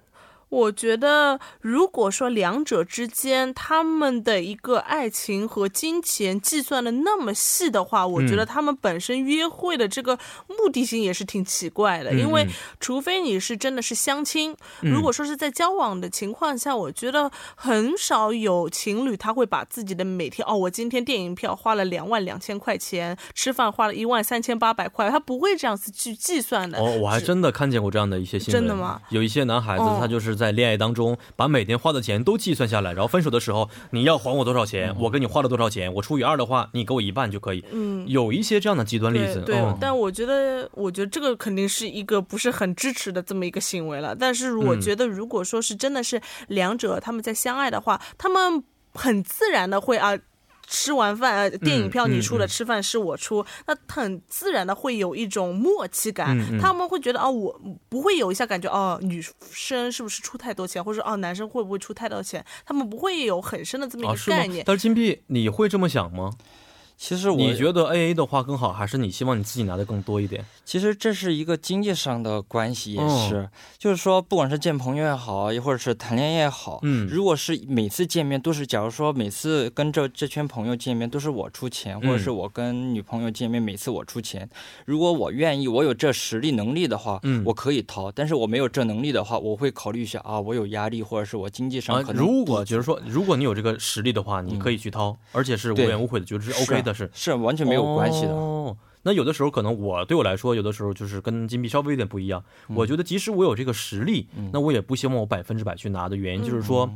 [SPEAKER 2] 我觉得，如果说两者之间他们的一个爱情和金钱计算的那么细的话，我
[SPEAKER 1] 嗯
[SPEAKER 2] 觉得他们本身约会的这个目的性也是挺奇怪的，
[SPEAKER 1] 嗯
[SPEAKER 2] 因为
[SPEAKER 1] 嗯
[SPEAKER 2] 除非你是真的是相亲，如果说是在交往的情况下，我觉得很少有情侣他会把自己的每天哦，我今天电影票花了两万两千块钱，吃饭花了一万三千八百块，他不会这样子去计算
[SPEAKER 1] <laughs>
[SPEAKER 2] 的。
[SPEAKER 1] 哦，我还真的看见过这样的一些新闻。
[SPEAKER 2] 真的吗？
[SPEAKER 1] 有一些男孩子
[SPEAKER 2] 哦，
[SPEAKER 1] 他就是在恋爱当中把每天花的钱都计算下来，然后分手的时候你要还我多少
[SPEAKER 2] 嗯
[SPEAKER 1] 钱，我跟你花了多少钱，我除以二的话，你给我一半就可以。嗯，有一些这样的极端例
[SPEAKER 2] 对
[SPEAKER 1] 子。
[SPEAKER 2] 对、
[SPEAKER 1] 哦、
[SPEAKER 2] 但我觉得，我觉得这个肯定是一个不是很支持的这么一个行为了。但是
[SPEAKER 1] 嗯
[SPEAKER 2] 我觉得，如果说是真的是两者他们在相爱的话，他们很自然的会啊。吃完饭，呃，电影票你出了，
[SPEAKER 1] 嗯嗯
[SPEAKER 2] 吃饭是我出，那很自然的会有一种默契感，
[SPEAKER 1] 嗯嗯
[SPEAKER 2] 他们会觉得哦，我不会有一下感觉哦，女生是不是出太多钱，或者说哦，男生会不会出太多钱，他们不会有很深的这么
[SPEAKER 1] 啊，
[SPEAKER 2] 一个
[SPEAKER 1] 是吗
[SPEAKER 2] 概念？。
[SPEAKER 1] 但是金币，你会这么想吗？
[SPEAKER 3] 其实我
[SPEAKER 1] 你觉得 A A 的话更好，还是你希望你自己拿的更多一点？
[SPEAKER 3] 其实这是一个经济上的关系，也
[SPEAKER 1] 哦
[SPEAKER 3] 是，就是说，不管是见朋友也好，或者是谈恋爱也好，
[SPEAKER 1] 嗯
[SPEAKER 3] 如果是每次见面都是，假如说每次跟这这圈朋友见面都是我出钱，或者
[SPEAKER 1] 嗯
[SPEAKER 3] 是我跟女朋友见面，每次我出钱，如果我愿意，我有这实力能力的话，
[SPEAKER 1] 嗯
[SPEAKER 3] 我可以掏，但是我没有这能力的话，我会考虑一下啊，我有压力，或者是我经济上
[SPEAKER 1] 啊
[SPEAKER 3] 可，能、嗯
[SPEAKER 1] 如果就是说，如果你有这个实力的话，你可以去掏，而且是无
[SPEAKER 3] 对
[SPEAKER 1] 怨无悔的，觉得是 O、k 的，是
[SPEAKER 3] 是啊完全没有关系的，
[SPEAKER 1] 哦，那有的时候可能我对我来说，有的时候就是跟金币稍微有点不一样。
[SPEAKER 3] 嗯
[SPEAKER 1] 我觉得即使我有这个实力，那我也不希望我百分之百去拿的原因、就是说。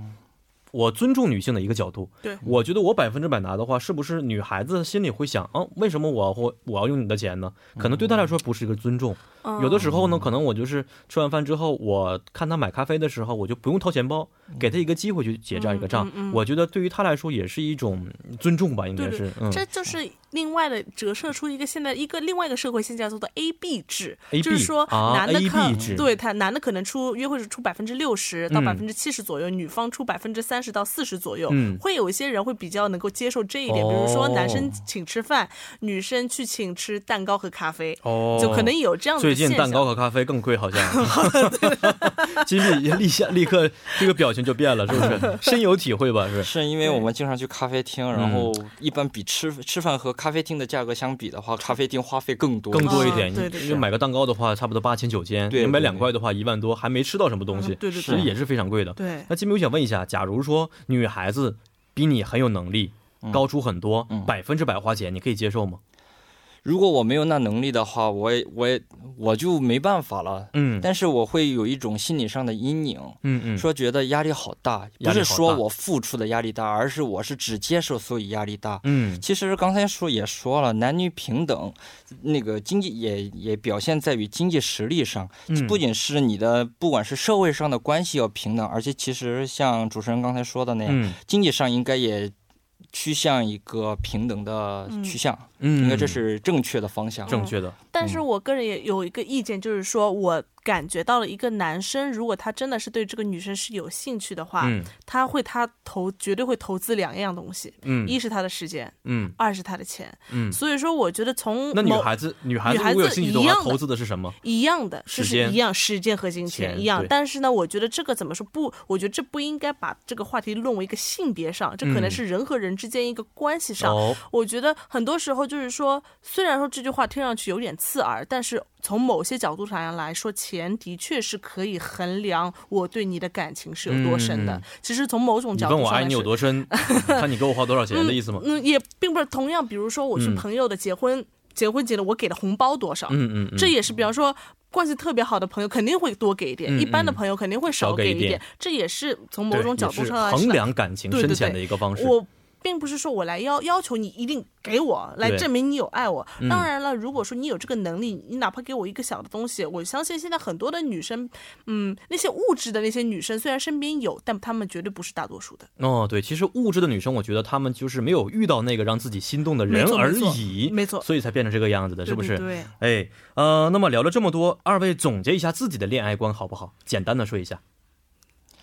[SPEAKER 1] 我尊重女性的一个角度，
[SPEAKER 2] 嗯对
[SPEAKER 1] 我觉得我百分之百拿的话，是不是女孩子心里会想，啊，为什么我会我要用你的钱呢？可能对她来说不是一个尊重。
[SPEAKER 2] 哦
[SPEAKER 1] 有的时候
[SPEAKER 3] 嗯
[SPEAKER 1] 呢，可能我就是吃完饭之后，我看她买咖啡的时候，我就不用掏钱包，
[SPEAKER 3] 嗯
[SPEAKER 1] 给她一个机会去结这样一个
[SPEAKER 2] 嗯
[SPEAKER 1] 账。我觉得对于她来说也是一种尊重吧，应该是
[SPEAKER 2] 对对。，
[SPEAKER 1] 嗯
[SPEAKER 2] 这就是另外的折射出一个现在一个另外一个社会现象，叫做 A B 制
[SPEAKER 1] AB
[SPEAKER 2] 就是说
[SPEAKER 1] 啊
[SPEAKER 2] 男的
[SPEAKER 1] AB
[SPEAKER 2] 看、
[SPEAKER 1] 制
[SPEAKER 2] 对他男的可能出约会是出百分之六十到
[SPEAKER 1] 嗯
[SPEAKER 2] 百分之七十左右，女方出百分之三十到四十左右、
[SPEAKER 1] 嗯
[SPEAKER 2] 会有一些人会比较能够接受这一点，
[SPEAKER 1] 哦
[SPEAKER 2] 比如说男生请吃饭，女生去请吃蛋糕和咖啡，
[SPEAKER 1] 哦
[SPEAKER 2] 就可能有这样的
[SPEAKER 1] 最
[SPEAKER 2] 现象。
[SPEAKER 1] 近蛋糕和咖啡更贵，
[SPEAKER 2] <laughs>
[SPEAKER 1] 好像。 <laughs> 金币立下立刻这个表情就变了，是不
[SPEAKER 2] <laughs>
[SPEAKER 1] 是？深有体会吧？是。
[SPEAKER 3] 是因为我们经常去咖啡厅，
[SPEAKER 1] 嗯
[SPEAKER 3] 然后一般比吃吃饭和咖啡厅的价格相比的话，咖啡厅花费更多，
[SPEAKER 1] 更多一
[SPEAKER 2] 哦
[SPEAKER 1] 点，
[SPEAKER 2] 对对
[SPEAKER 1] 因为
[SPEAKER 2] 对
[SPEAKER 1] 买个蛋糕的话，差不多八千九千，
[SPEAKER 3] 对
[SPEAKER 1] 你买
[SPEAKER 3] 对
[SPEAKER 1] 两块的话，一万多，还没吃到什么东西，
[SPEAKER 2] 嗯对对
[SPEAKER 1] 其实
[SPEAKER 3] 对
[SPEAKER 1] 也是非常贵的。
[SPEAKER 2] 对
[SPEAKER 1] 那金币，我想问一下，假如说女
[SPEAKER 3] 嗯
[SPEAKER 1] 孩子比你很有能力，高出很多，百分之百花钱，你可以接受吗？
[SPEAKER 3] 如果我没有那能力的话，我也我也我就没办法了。
[SPEAKER 1] 嗯
[SPEAKER 3] 但是我会有一种心理上的阴影，
[SPEAKER 1] 嗯嗯，
[SPEAKER 3] 说觉得压力好大，
[SPEAKER 1] 压
[SPEAKER 3] 不
[SPEAKER 1] 力
[SPEAKER 3] 是
[SPEAKER 1] 好
[SPEAKER 3] 说
[SPEAKER 1] 大
[SPEAKER 3] 我付出的压力大，而是我是只接受所以压力大。
[SPEAKER 1] 嗯
[SPEAKER 3] 其实刚才说也说了，男女平等，那个经济也也表现在于经济实力上，
[SPEAKER 1] 嗯，
[SPEAKER 3] 不仅是你的不管是社会上的关系要平等，而且其实像主持人刚才说的那样，
[SPEAKER 1] 嗯
[SPEAKER 3] 经济上应该也趋向一个平等的趋向，
[SPEAKER 1] 嗯，
[SPEAKER 3] 应该这是正确的方向。
[SPEAKER 1] 正确的，
[SPEAKER 2] 但是我个人也有一个意见，就是说我感觉到了一个男生，如果他真的是对这个女生是有兴趣的话，
[SPEAKER 1] 嗯
[SPEAKER 2] 他会他投绝对会投资两样东西，
[SPEAKER 1] 嗯
[SPEAKER 2] 一是他的时间，
[SPEAKER 1] 嗯
[SPEAKER 2] 二是他的钱。
[SPEAKER 1] 嗯。
[SPEAKER 2] 所以说，我觉得从
[SPEAKER 1] 那女
[SPEAKER 2] 某
[SPEAKER 1] 孩子，女孩子
[SPEAKER 2] 女孩
[SPEAKER 1] 如果有
[SPEAKER 2] 子
[SPEAKER 1] 兴趣
[SPEAKER 2] 一
[SPEAKER 1] 的话，
[SPEAKER 2] 样的
[SPEAKER 1] 投资的是什么？
[SPEAKER 2] 一样的，
[SPEAKER 1] 时
[SPEAKER 2] 就
[SPEAKER 1] 间
[SPEAKER 2] 是一样时间和金钱
[SPEAKER 1] 钱
[SPEAKER 2] 一样
[SPEAKER 1] 对。
[SPEAKER 2] 但是呢，我觉得这个怎么说不？我觉得这不应该把这个话题论为一个性别上，这可
[SPEAKER 1] 嗯
[SPEAKER 2] 能是人和人之间一个关系上。
[SPEAKER 1] 哦，
[SPEAKER 2] 我觉得很多时候就是说，虽然说这句话听上去有点刺耳，但是从某些角度上来说，钱的确是可以衡量我对你的感情是有多深的。
[SPEAKER 1] 嗯
[SPEAKER 2] 其实从某种
[SPEAKER 1] 你
[SPEAKER 2] 角
[SPEAKER 1] 问
[SPEAKER 2] 度
[SPEAKER 1] 我哎
[SPEAKER 2] 上来
[SPEAKER 1] 爱你有
[SPEAKER 2] 说
[SPEAKER 1] 多
[SPEAKER 2] <laughs>
[SPEAKER 1] 深，看你给我花多少钱的意思吗？
[SPEAKER 2] 嗯，也并不是同样，比如说我去
[SPEAKER 1] 嗯
[SPEAKER 2] 朋友的结婚，结婚节的我给的红包多少，
[SPEAKER 1] 嗯嗯嗯，
[SPEAKER 2] 这也是比方说。关系特别好的朋友肯定会多给一点，
[SPEAKER 1] 嗯
[SPEAKER 2] 一般的朋友肯定会
[SPEAKER 1] 少
[SPEAKER 2] 少
[SPEAKER 1] 给
[SPEAKER 2] 给
[SPEAKER 1] 一点
[SPEAKER 2] 点，这也是从
[SPEAKER 1] 对
[SPEAKER 2] 某种角
[SPEAKER 1] 也
[SPEAKER 2] 度
[SPEAKER 1] 是
[SPEAKER 2] 上来
[SPEAKER 1] 衡
[SPEAKER 2] 说
[SPEAKER 1] 量感情
[SPEAKER 2] 对
[SPEAKER 1] 深
[SPEAKER 2] 对
[SPEAKER 1] 浅
[SPEAKER 2] 对
[SPEAKER 1] 的一个方式。
[SPEAKER 2] 我并不是说我来要要求你一定给我来
[SPEAKER 1] 对
[SPEAKER 2] 证明你有爱我
[SPEAKER 1] 嗯。
[SPEAKER 2] 当然了，如果说你有这个能力，你哪怕给我一个小的东西，我相信现在很多的女生，嗯，那些物质的那些女生虽然身边有，但她们绝对不是大多数的。
[SPEAKER 1] 哦，对，其实物质的女生，我觉得她们就是没有遇到那个让自己心动的人
[SPEAKER 2] 没错
[SPEAKER 1] 而
[SPEAKER 2] 没错
[SPEAKER 1] 已，
[SPEAKER 2] 没错
[SPEAKER 1] 所以才变成这个样子的，是不是？
[SPEAKER 2] 对对对
[SPEAKER 1] 哎，呃，那么聊了这么多，二位总结一下自己的恋爱观好不好？简单的说一下。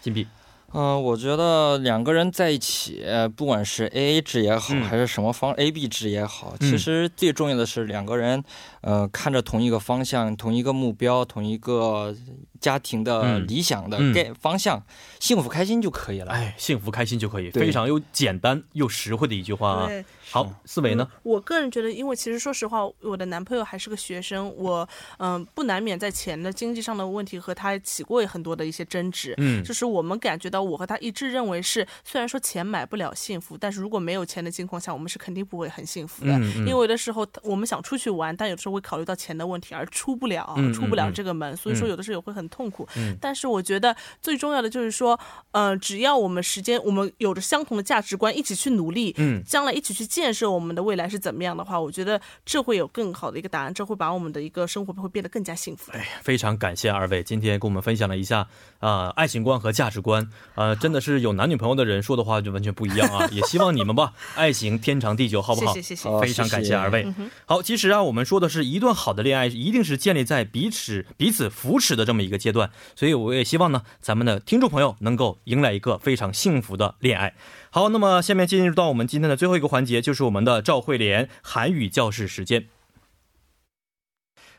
[SPEAKER 1] 金币，
[SPEAKER 3] 嗯、我觉得两个人在一起，呃不管是 A A 制也好，
[SPEAKER 1] 嗯
[SPEAKER 3] 还是什么方 A B 制也好，
[SPEAKER 1] 嗯
[SPEAKER 3] 其实最重要的是两个人，呃，看着同一个方向、同一个目标、同一个家庭的
[SPEAKER 1] 嗯
[SPEAKER 3] 理想的
[SPEAKER 1] 嗯
[SPEAKER 3] 该方向，幸福开心就可以了。
[SPEAKER 1] 哎，幸福开心就可以，
[SPEAKER 3] 对
[SPEAKER 1] 非常又简单又实惠的一句话啊。
[SPEAKER 2] 对，
[SPEAKER 1] 好，思维呢？
[SPEAKER 2] 嗯我个人觉得，因为其实说实话，我的男朋友还是个学生，我嗯、不难免在钱的经济上的问题和他起过很多的一些争执。
[SPEAKER 1] 嗯
[SPEAKER 2] 就是我们感觉到我和他一致认为是，虽然说钱买不了幸福，但是如果没有钱的情况下，我们是肯定不会很幸福的。
[SPEAKER 1] 嗯嗯
[SPEAKER 2] 因为有的时候我们想出去玩，但有的时候会考虑到钱的问题而出不了，
[SPEAKER 1] 嗯嗯
[SPEAKER 2] 出不了
[SPEAKER 1] 嗯
[SPEAKER 2] 这个门，所以说
[SPEAKER 1] 嗯
[SPEAKER 2] 有的时候也会很痛苦。
[SPEAKER 1] 嗯
[SPEAKER 2] 但是我觉得最重要的就是说，呃，只要我们时间，我们有着相同的价值观，一起去努力，
[SPEAKER 1] 嗯
[SPEAKER 2] 将来一起去建设我们的未来是怎么样的话，我觉得这会有更好的一个答案，这会把我们的一个生活会变得更加幸福的。
[SPEAKER 1] 非常感谢二位今天跟我们分享了一下啊、呃爱情观和价值观，呃，真的是有男女朋友的人说的话就完全不一样啊。也希望你们吧，爱情天长地久，好不好？
[SPEAKER 2] 谢谢谢谢嗯
[SPEAKER 3] 好
[SPEAKER 1] 非常感
[SPEAKER 3] 谢
[SPEAKER 1] 谢
[SPEAKER 3] 谢
[SPEAKER 1] 二位。好，其实啊，我们说的是一段好的恋爱，一定是建立在彼此彼此扶持的这么一个阶段，所以我也希望呢，咱们的听众朋友能够迎来一个非常幸福的恋爱。好，那么下面进入到我们今天的最后一个环节，就是我们的赵慧莲韩语教室时间。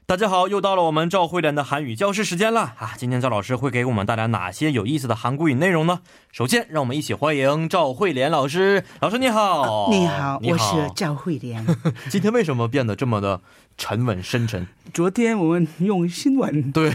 [SPEAKER 1] 大家好，又到了我们赵慧莲的韩语教室时间了啊！今天赵老师会给我们带来哪些有意思的韩国语内容呢？首先，让我们一起欢迎赵慧莲老师。老师你好，
[SPEAKER 4] 啊你好，
[SPEAKER 1] 你
[SPEAKER 4] 我是赵慧莲。
[SPEAKER 1] 今天为什么变得这么的沉稳深沉？
[SPEAKER 4] 昨天我们用新闻，
[SPEAKER 1] 对，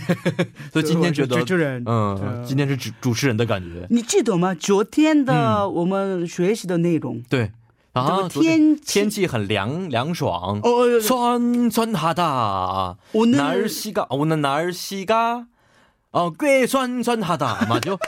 [SPEAKER 1] 所以今天觉
[SPEAKER 4] 我
[SPEAKER 1] 得
[SPEAKER 4] 是主，持人，
[SPEAKER 1] 嗯，
[SPEAKER 4] 嗯
[SPEAKER 1] 今天是主主持人的感觉，
[SPEAKER 4] 你记得吗？昨天的
[SPEAKER 1] 嗯
[SPEAKER 4] 我们学习的内容，
[SPEAKER 1] 对。
[SPEAKER 4] 这
[SPEAKER 1] 啊，
[SPEAKER 4] 个
[SPEAKER 1] 昨天
[SPEAKER 4] 天气
[SPEAKER 1] 天气很凉凉爽，
[SPEAKER 4] 哦哦哦，
[SPEAKER 1] 酸酸하다
[SPEAKER 4] 오늘
[SPEAKER 1] 날씨가오늘날씨가어꽤酸酸하다맞죠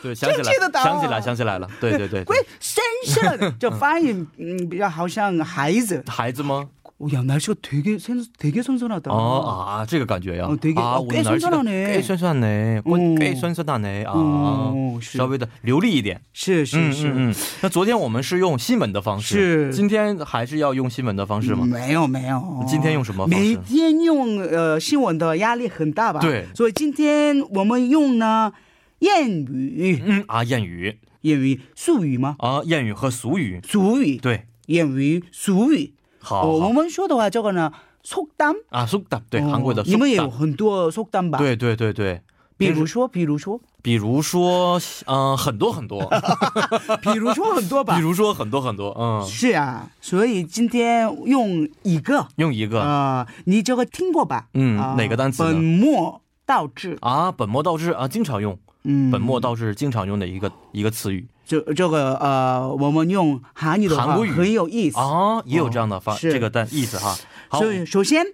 [SPEAKER 4] <laughs>
[SPEAKER 1] 对，想起来
[SPEAKER 4] 正确的，答案
[SPEAKER 1] 想起来，想起来了，对对对，
[SPEAKER 4] 鬼神社的这发音，嗯，比较好像孩子。
[SPEAKER 1] 孩子吗？
[SPEAKER 4] 어, 야 날씨가 되게 선, 되게 선선하다.
[SPEAKER 1] 어, 아, 这个感觉呀
[SPEAKER 4] 어, 되게-
[SPEAKER 1] 아,
[SPEAKER 4] 어,
[SPEAKER 1] 오늘
[SPEAKER 4] 꽤
[SPEAKER 1] 날씨가
[SPEAKER 4] 선선하네.
[SPEAKER 1] 꽤 선선하네.
[SPEAKER 4] 어.
[SPEAKER 1] 꽤 선선하네. 아,
[SPEAKER 4] 어,
[SPEAKER 1] 稍微的流利一点。嗯
[SPEAKER 4] 是是是。
[SPEAKER 1] 嗯嗯。那昨天我们是用新闻的方式，
[SPEAKER 4] 是嗯
[SPEAKER 1] 今天还是要用新闻的方式吗？
[SPEAKER 4] 没有没有，
[SPEAKER 1] 今天用什么方式
[SPEAKER 4] 每天用呃新闻的压力很大吧？
[SPEAKER 1] 对
[SPEAKER 4] 所以今天我们用呢谚语，
[SPEAKER 1] 嗯啊，谚语
[SPEAKER 4] 谚语俗语吗？
[SPEAKER 1] 啊，谚语和俗语，
[SPEAKER 4] 俗语，
[SPEAKER 1] 对，
[SPEAKER 4] 谚语俗语。
[SPEAKER 1] 好
[SPEAKER 4] 哦，我
[SPEAKER 1] 好
[SPEAKER 4] 们说的话，这个呢，속담，
[SPEAKER 1] 啊，苏打对，
[SPEAKER 4] 哦
[SPEAKER 1] 韩国的
[SPEAKER 4] 你
[SPEAKER 1] 苏
[SPEAKER 4] 们也有
[SPEAKER 1] 打，
[SPEAKER 4] 很多속담吧？，
[SPEAKER 1] 对对对对。
[SPEAKER 4] 比
[SPEAKER 1] 平
[SPEAKER 4] 如
[SPEAKER 1] 时，
[SPEAKER 4] 说，比
[SPEAKER 1] <laughs>
[SPEAKER 4] 如说，
[SPEAKER 1] 比如说，嗯、很多很
[SPEAKER 4] <laughs>
[SPEAKER 1] 多，
[SPEAKER 4] 比如说很多吧
[SPEAKER 1] 比。如说很多很多，嗯，
[SPEAKER 4] 是啊，所以今天用一个
[SPEAKER 1] 用一个
[SPEAKER 4] 啊、你这个听过吧？
[SPEAKER 1] 嗯
[SPEAKER 4] 啊
[SPEAKER 1] 哪个单词呢
[SPEAKER 4] 本末倒置。
[SPEAKER 1] 啊，本末倒置啊，经常用，
[SPEAKER 4] 嗯，
[SPEAKER 1] 本末倒置经常用的一个一个词语，
[SPEAKER 4] 这这个呃，我们用韩语的话
[SPEAKER 1] 韩国语
[SPEAKER 4] 很有意思。
[SPEAKER 1] 啊，也有这样的发、
[SPEAKER 4] 哦是
[SPEAKER 1] 这个但意思哈。好，
[SPEAKER 4] 所以首先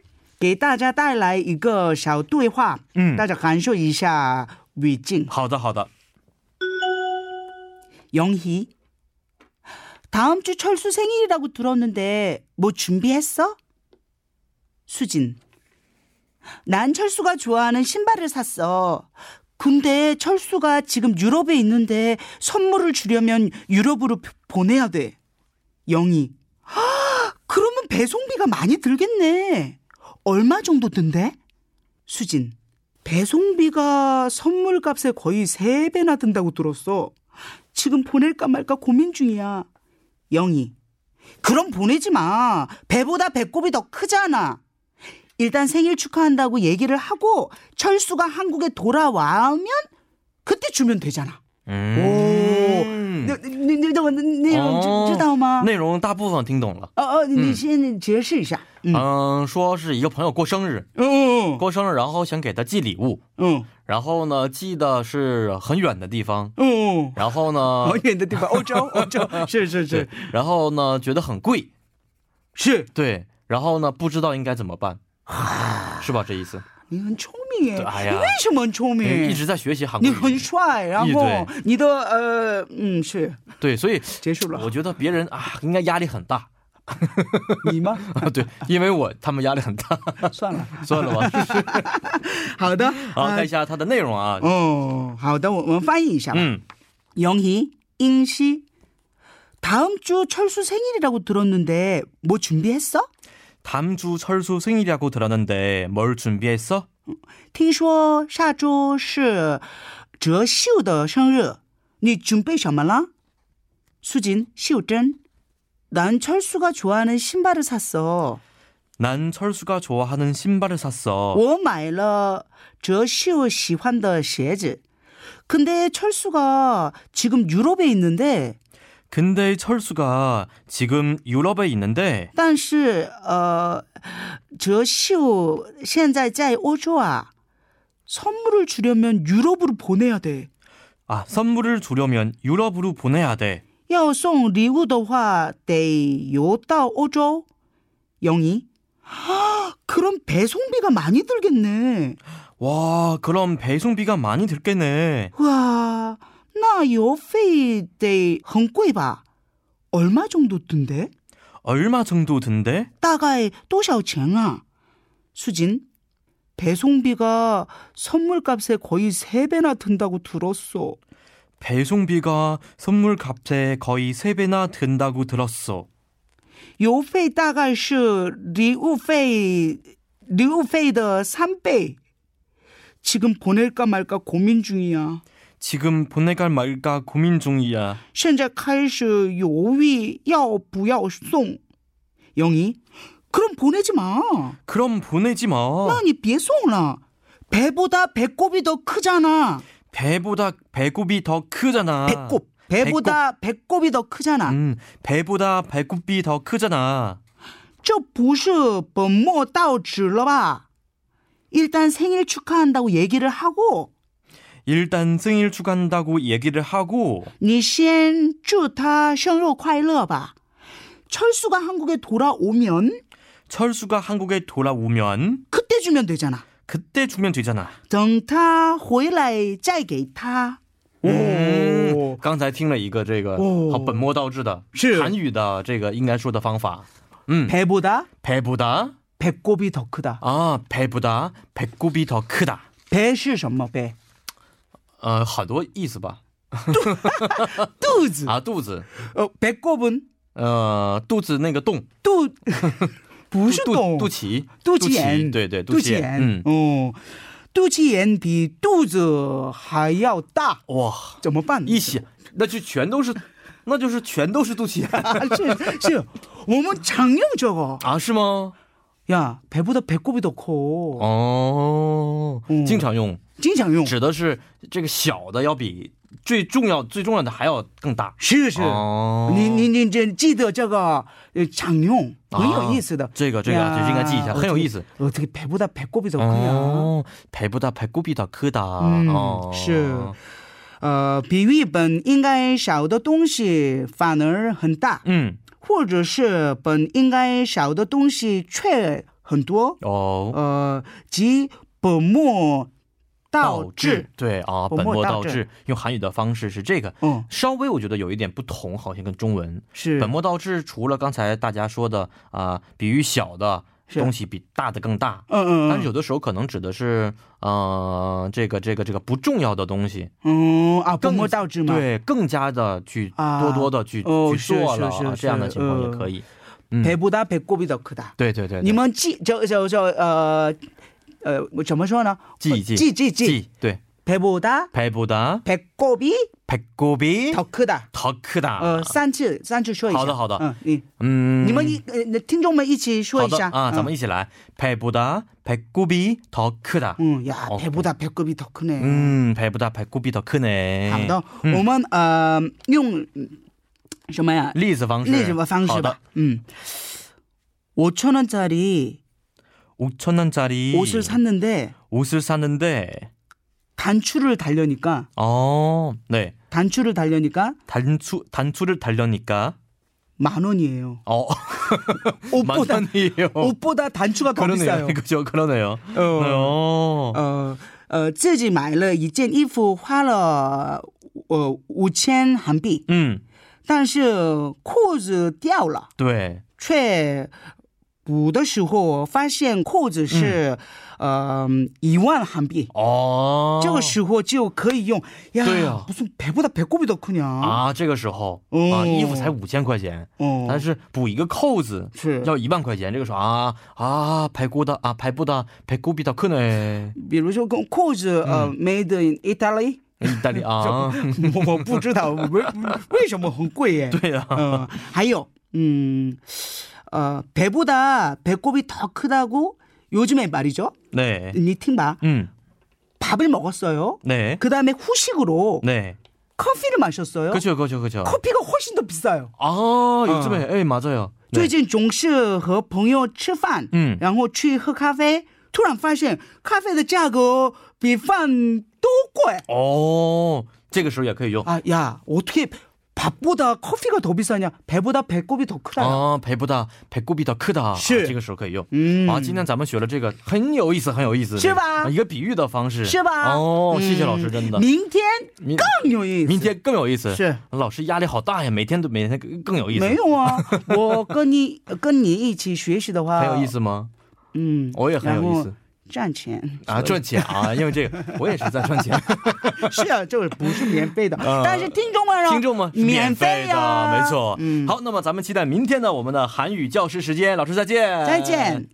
[SPEAKER 4] 给大家带来一个小对话，
[SPEAKER 1] 嗯，
[SPEAKER 4] 大家感受一下语境。
[SPEAKER 1] 好的好的，
[SPEAKER 4] 영희. 다음 주 철수 생일이라고 들었는데 뭐 준비했어? 수진. 난 철수가 좋아하는 신발을 샀어. 근데 철수가 지금 유럽에 있는데 선물을 주려면 유럽으로 보- 보내야 돼. 영희. <gasps> 아, 그러면 배송비가 많이 들겠네. 얼마 정도 든대? 수진. 배송비가 선물값에 거의 세배나 든다고 들었어. 지금 보낼까 말까 고민 중이야. 영희. 그럼 보내지 마. 배보다 배꼽이 더 크잖아. 일단 생일 축하한다고 얘기를 하고 철수가 한국에 돌아와면 그때 주면 되잖아. 哦
[SPEAKER 1] 嗯，
[SPEAKER 4] 너, 너, 너, 너, 너, 내용
[SPEAKER 1] 음. 어.
[SPEAKER 4] 知道吗
[SPEAKER 1] 哦内容大部分听懂了。
[SPEAKER 4] 어, 어, 你先解释一下.
[SPEAKER 1] 어,
[SPEAKER 4] 응.
[SPEAKER 1] 嗯，说是一个朋友过生日，
[SPEAKER 4] 응.
[SPEAKER 1] 过生日，然后想给他寄礼物，
[SPEAKER 4] 응.
[SPEAKER 1] 然后呢寄的是很远的地方，
[SPEAKER 4] 어, 응.
[SPEAKER 1] 然后
[SPEAKER 4] <laughs>
[SPEAKER 1] 呢，
[SPEAKER 4] 哎 어, 哦，远的地方，欧洲，欧洲，是是是，是。
[SPEAKER 1] 对，然后呢觉得很贵，对，然后呢不知道应该怎么办，是吧？这意思，
[SPEAKER 4] 你很聪明耶！
[SPEAKER 1] 对哎呀
[SPEAKER 4] 你为什么很聪
[SPEAKER 1] 因为
[SPEAKER 4] 明？
[SPEAKER 1] 一直在学习韩国语，
[SPEAKER 4] 你很帅，然后
[SPEAKER 1] 对
[SPEAKER 4] 你的呃嗯是
[SPEAKER 1] 对，所以
[SPEAKER 4] 结束了
[SPEAKER 1] 我，觉得别人啊应该压力很大， <laughs>
[SPEAKER 4] 你吗？
[SPEAKER 1] 对，因为我他们压力很大，
[SPEAKER 4] <laughs> 算了，
[SPEAKER 1] 算了吧。
[SPEAKER 4] <laughs> 好的，
[SPEAKER 1] 好，看
[SPEAKER 4] 呃
[SPEAKER 1] 一下它的内容啊，
[SPEAKER 4] 哦，好的，我我们翻译一下吧。
[SPEAKER 1] 嗯，
[SPEAKER 4] 영희, 잉씨, 다음 주 철수 생일이라고 들었는데 뭐 준비했어?
[SPEAKER 1] 다음 주 철수 생일이라고 들었는데 뭘 준비했어?
[SPEAKER 4] 听说下周是哲秀的生日，你准备什么了？ 수진, 시우珍, 난 철수가 좋아하는 신발을 샀어.
[SPEAKER 1] 난 철수가 좋아하는 신발을 샀어.
[SPEAKER 4] 我买了哲秀喜欢的鞋子。 근데 철수가 지금 유럽에 있는데,
[SPEAKER 1] 근데 철수가 지금 유럽에 있는데
[SPEAKER 4] 但是呃，哲秀现在在欧洲啊。선물을주려면유럽으로보내야 돼。
[SPEAKER 1] 아 선물을 주려면 유럽으로 보내야 돼.
[SPEAKER 4] 要送礼物的话，得邮到欧洲。영희啊，그럼배송비가많이들겠네。
[SPEAKER 1] 와 그럼 배송비가 많이 들겠네.
[SPEAKER 4] 哇，那邮费得很贵吧？얼마정도든대？
[SPEAKER 1] 얼마 정도 든대?
[SPEAKER 4] 大概多少钱啊？ 수진, 배송비가 선물값에 거의 세배나 든다고 들었어.
[SPEAKER 1] 배송비가 선물 값에 거의 3배나 든다고 들었어.
[SPEAKER 4] 邮费大概是礼物费礼物费的3倍 지금 보낼까 말까 고민 중이야.
[SPEAKER 1] 지금 보내갈 말까 고민 중이야.
[SPEAKER 4] 现在开始犹豫要不要送. 영희, 그럼 보내지 마.
[SPEAKER 1] 그럼 보내지 마.
[SPEAKER 4] 那你别送了. 배보다 배꼽이 더 크잖아.
[SPEAKER 1] 배보다 배꼽이 더 크잖아.
[SPEAKER 4] 배꼽. 배보다 배꼽. 이더 크잖아.
[SPEAKER 1] 음, 배보다 배꼽이 더 크잖아.
[SPEAKER 4] 这不是本末倒置了吧？뭐일단생일축하한다고얘기를하고
[SPEAKER 1] 일단 생일 축한다고 얘기를 하고
[SPEAKER 4] 你先祝他生日快乐吧。철수가한국에돌아오면
[SPEAKER 1] 철수가 한국에 돌아오면
[SPEAKER 4] 그때주면되잖아。
[SPEAKER 1] 그때 주면 되잖아.
[SPEAKER 4] 等他回来再给他。
[SPEAKER 1] 음, 刚才听了一个这个
[SPEAKER 4] 哦
[SPEAKER 1] 好本末倒置的
[SPEAKER 4] 是
[SPEAKER 1] 韩语的这个应该说的方法。
[SPEAKER 4] 음.
[SPEAKER 1] 嗯，
[SPEAKER 4] 배보다
[SPEAKER 1] 배보다
[SPEAKER 4] 배꼽이 더 크다.
[SPEAKER 1] 아啊 배보다 배꼽이 더 크다.
[SPEAKER 4] 배是什么배？
[SPEAKER 1] 呃，很多意思吧？
[SPEAKER 4] 肚子。
[SPEAKER 1] 啊，肚子，
[SPEAKER 4] 呃， 어, 배꼽은
[SPEAKER 1] 呃，肚子那个洞，
[SPEAKER 4] 肚， <laughs> 不是
[SPEAKER 1] 肚
[SPEAKER 4] 洞
[SPEAKER 1] 肚脐，
[SPEAKER 4] 肚脐眼，
[SPEAKER 1] 脐对对，
[SPEAKER 4] 肚
[SPEAKER 1] 肚
[SPEAKER 4] 脐
[SPEAKER 1] 眼，
[SPEAKER 4] 眼
[SPEAKER 1] 嗯，，
[SPEAKER 4] 哦，肚脐眼比肚子还要大，
[SPEAKER 1] 哇，
[SPEAKER 4] 怎么办？
[SPEAKER 1] 一起，那就全都是，那就是全都是肚脐
[SPEAKER 4] <laughs>
[SPEAKER 1] 眼
[SPEAKER 4] 啊，是是，我们常用这个
[SPEAKER 1] 啊？是吗？
[SPEAKER 4] 呀，배보다배꼽이더 커，
[SPEAKER 1] 哦，
[SPEAKER 4] 嗯
[SPEAKER 1] 经常用，
[SPEAKER 4] 经常用。
[SPEAKER 1] 指的是这个小的要比最重要最重要的还要更大。
[SPEAKER 4] 是是，
[SPEAKER 1] 哦，
[SPEAKER 4] 你你你这记得这个呃常用，很有意思的
[SPEAKER 1] 啊。这个这个
[SPEAKER 4] 呀
[SPEAKER 1] 这应该记一下，很有意思。。哦
[SPEAKER 4] 我这个배보다배꼽이더 커요。
[SPEAKER 1] 哦，배보다배꼽이더 크다。
[SPEAKER 4] 嗯
[SPEAKER 1] 哦，
[SPEAKER 4] 是呃，比日本应该少的东西反而很大，
[SPEAKER 1] 嗯，
[SPEAKER 4] 或者是本应该少的东西却很多，
[SPEAKER 1] 哦，
[SPEAKER 4] 呃，即本末倒置。
[SPEAKER 1] 对啊，
[SPEAKER 4] 本
[SPEAKER 1] 本
[SPEAKER 4] 末
[SPEAKER 1] 末
[SPEAKER 4] 倒
[SPEAKER 1] 倒
[SPEAKER 4] 置
[SPEAKER 1] 置，用韩语的方式是这个，
[SPEAKER 4] 嗯，
[SPEAKER 1] 稍微我觉得有一点不同，好像跟中文。
[SPEAKER 4] 是
[SPEAKER 1] 本末倒置，除了刚才大家说的啊、比喻小的
[SPEAKER 4] 是
[SPEAKER 1] 东西比大的更大，
[SPEAKER 4] 嗯嗯，
[SPEAKER 1] 但是有的时候可能指的是呃这个这个这个不重要的东西，
[SPEAKER 4] 嗯啊，本
[SPEAKER 1] 更
[SPEAKER 4] 末倒置嘛。，
[SPEAKER 1] 对，更加的去
[SPEAKER 4] 啊
[SPEAKER 1] 多多的去、
[SPEAKER 4] 哦
[SPEAKER 1] 去做
[SPEAKER 4] 是
[SPEAKER 1] 了、
[SPEAKER 4] 是是
[SPEAKER 1] 啊，
[SPEAKER 4] 是
[SPEAKER 1] 这样的情况也
[SPEAKER 4] 嗯
[SPEAKER 1] 可以。
[SPEAKER 4] 배보다배꼽이더크다。
[SPEAKER 1] 对对对对，
[SPEAKER 4] 你们记就就就呃呃怎么说呢？
[SPEAKER 1] 记记
[SPEAKER 4] 记记记，
[SPEAKER 1] 记嗯对，
[SPEAKER 4] 배보다
[SPEAKER 1] 배보다
[SPEAKER 4] 배꼽이
[SPEAKER 1] 배꼽이
[SPEAKER 4] 더크다。
[SPEAKER 1] 더 크다。
[SPEAKER 4] 呃，三次三次说一下。
[SPEAKER 1] 啊好的好的
[SPEAKER 4] 嗯，你
[SPEAKER 1] 嗯，
[SPEAKER 4] 你们一呃听众们一起说
[SPEAKER 1] 好
[SPEAKER 4] 一
[SPEAKER 1] 的
[SPEAKER 4] 下
[SPEAKER 1] 啊，咱们
[SPEAKER 4] 嗯
[SPEAKER 1] 一起来， 아, 배보다 배꼽이 더 크다。
[SPEAKER 4] 嗯呀，
[SPEAKER 1] 哦
[SPEAKER 4] 배보다배꼽이더크네。
[SPEAKER 1] 嗯，배보다 배꼽이 더 크네。 음.
[SPEAKER 4] 好的，我们呃用嗯什么呀？
[SPEAKER 1] 例子方式，
[SPEAKER 4] 那什么方
[SPEAKER 1] 好
[SPEAKER 4] 式
[SPEAKER 1] 的
[SPEAKER 4] 吧？嗯， 5천 원짜리
[SPEAKER 1] 5천 원짜리
[SPEAKER 4] 옷을 샀는데
[SPEAKER 1] 옷을 샀는데
[SPEAKER 4] 단추를 달려니까
[SPEAKER 1] 어, 네.
[SPEAKER 4] 단추를 달려니까
[SPEAKER 1] 단추 단추를 달려니까
[SPEAKER 4] 만 원이에요.
[SPEAKER 1] 어,
[SPEAKER 4] 옷보다
[SPEAKER 1] <laughs> 만원이에요. 어.
[SPEAKER 4] 옷보다 단추가 더
[SPEAKER 1] 그러네요.
[SPEAKER 4] 비싸요.
[SPEAKER 1] <laughs> 그죠? 그러네요.
[SPEAKER 4] 어,
[SPEAKER 1] 어.
[SPEAKER 4] 어, 어, 自己买了一件衣服花了 어, 5천 한비.
[SPEAKER 1] 음.
[SPEAKER 4] 但是裤子掉了。
[SPEAKER 1] 对.
[SPEAKER 4] 却补的时候发现裤子是，呃，一万韩币。
[SPEAKER 1] 어.
[SPEAKER 4] 这个时候就可以用呀，
[SPEAKER 1] 对呀
[SPEAKER 4] 不是배보다배꼽이더크냐？
[SPEAKER 1] 아, 这个时候
[SPEAKER 4] 어.
[SPEAKER 1] 아, 衣服才5千块钱.
[SPEAKER 4] 哦，
[SPEAKER 1] 但是补一个扣子
[SPEAKER 4] 是
[SPEAKER 1] 要一万块钱，这个时候啊啊，排骨的啊，排骨的排骨比较困呢，
[SPEAKER 4] 比如说跟裤子，呃，made in
[SPEAKER 1] <laughs>
[SPEAKER 4] Italy，
[SPEAKER 1] 意大利
[SPEAKER 4] <laughs>
[SPEAKER 1] 啊，
[SPEAKER 4] 我我不知道为为什么很贵
[SPEAKER 1] <laughs>
[SPEAKER 4] 耶？
[SPEAKER 1] 对呀、
[SPEAKER 4] 嗯，还有，嗯，呃，배보다배꼽이더크다고요즘에말이죠？
[SPEAKER 1] 네，
[SPEAKER 4] 你听吧，
[SPEAKER 1] 음,
[SPEAKER 4] 밥을먹었어요。
[SPEAKER 1] 네,
[SPEAKER 4] 그 다음에 후식으로
[SPEAKER 1] 네,
[SPEAKER 4] 커피를 마셨어요.
[SPEAKER 1] 그렇죠, 그렇죠, 그렇죠.
[SPEAKER 4] 커피가 훨씬 더 비싸요.
[SPEAKER 1] 아, 요즘에 에 맞아요. 네.
[SPEAKER 4] 嗯最近总是和朋友吃饭，
[SPEAKER 1] 嗯
[SPEAKER 4] 然后去喝咖啡，突然发现咖啡的价格比饭都贵
[SPEAKER 1] 어, 哦这个时候也可以用。
[SPEAKER 4] 아, 야, 어떻게 밥보다 커피가 더 비싸냐? 배보다 배꼽이 더 크다.
[SPEAKER 1] 啊，배보다 배꼽이 더 크다，啊
[SPEAKER 4] 是
[SPEAKER 1] 这个时候可以用。
[SPEAKER 4] 嗯
[SPEAKER 1] 啊，今天咱们学了这个很有意思，很有意思，
[SPEAKER 4] 是吧
[SPEAKER 1] 啊一个比喻的方式，
[SPEAKER 4] 是吧
[SPEAKER 1] 哦，谢谢老师，真的。
[SPEAKER 4] 明天
[SPEAKER 1] 明
[SPEAKER 4] 更有意思。
[SPEAKER 1] 明天更有意思，
[SPEAKER 4] 是
[SPEAKER 1] 老师压力好大呀，每天都每天更更有意思，
[SPEAKER 4] 没有啊，我跟你跟你一起学习的话，
[SPEAKER 1] 很有意。思吗？
[SPEAKER 4] 嗯，
[SPEAKER 1] 我也很有意思。
[SPEAKER 4] 赚钱
[SPEAKER 1] 啊，赚钱啊，因为这个我也是在赚钱。
[SPEAKER 4] <laughs> 是啊，这个不是免费的，
[SPEAKER 1] 嗯
[SPEAKER 4] 但是听众们啊，
[SPEAKER 1] 听众们，是免
[SPEAKER 4] 费
[SPEAKER 1] 费
[SPEAKER 4] 呀、
[SPEAKER 1] 的，没错。
[SPEAKER 4] 嗯，，
[SPEAKER 1] 好，那么咱们期待明天的我们的韩语教师时间，老师再见，
[SPEAKER 4] 再见。。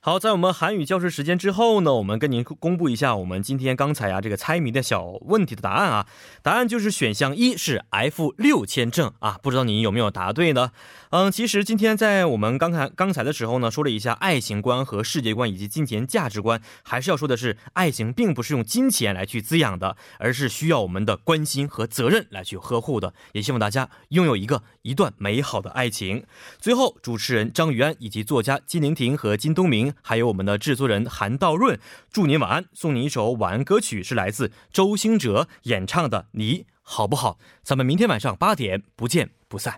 [SPEAKER 1] 好，在我们韩语教室时间之后呢，我们跟您公布一下我们今天刚才啊这个猜谜的小问题的答案啊，答案就是选项一是 F 六签证啊，不知道您有没有答对呢？嗯，其实今天在我们刚才刚才的时候呢，说了一下爱情观和世界观以及金钱价值观，还是要说的是，爱情并不是用金钱来去滋养的，而是需要我们的关心和责任来去呵护的。也希望大家拥有一个一段美好的爱情。最后，主持人张宇安以及作家金玲婷和金东明，还有我们的制作人韩道润，祝您晚安，送你一首晚安歌曲，是来自周兴哲演唱的《你好不好》。咱们明天晚上八点不见不散。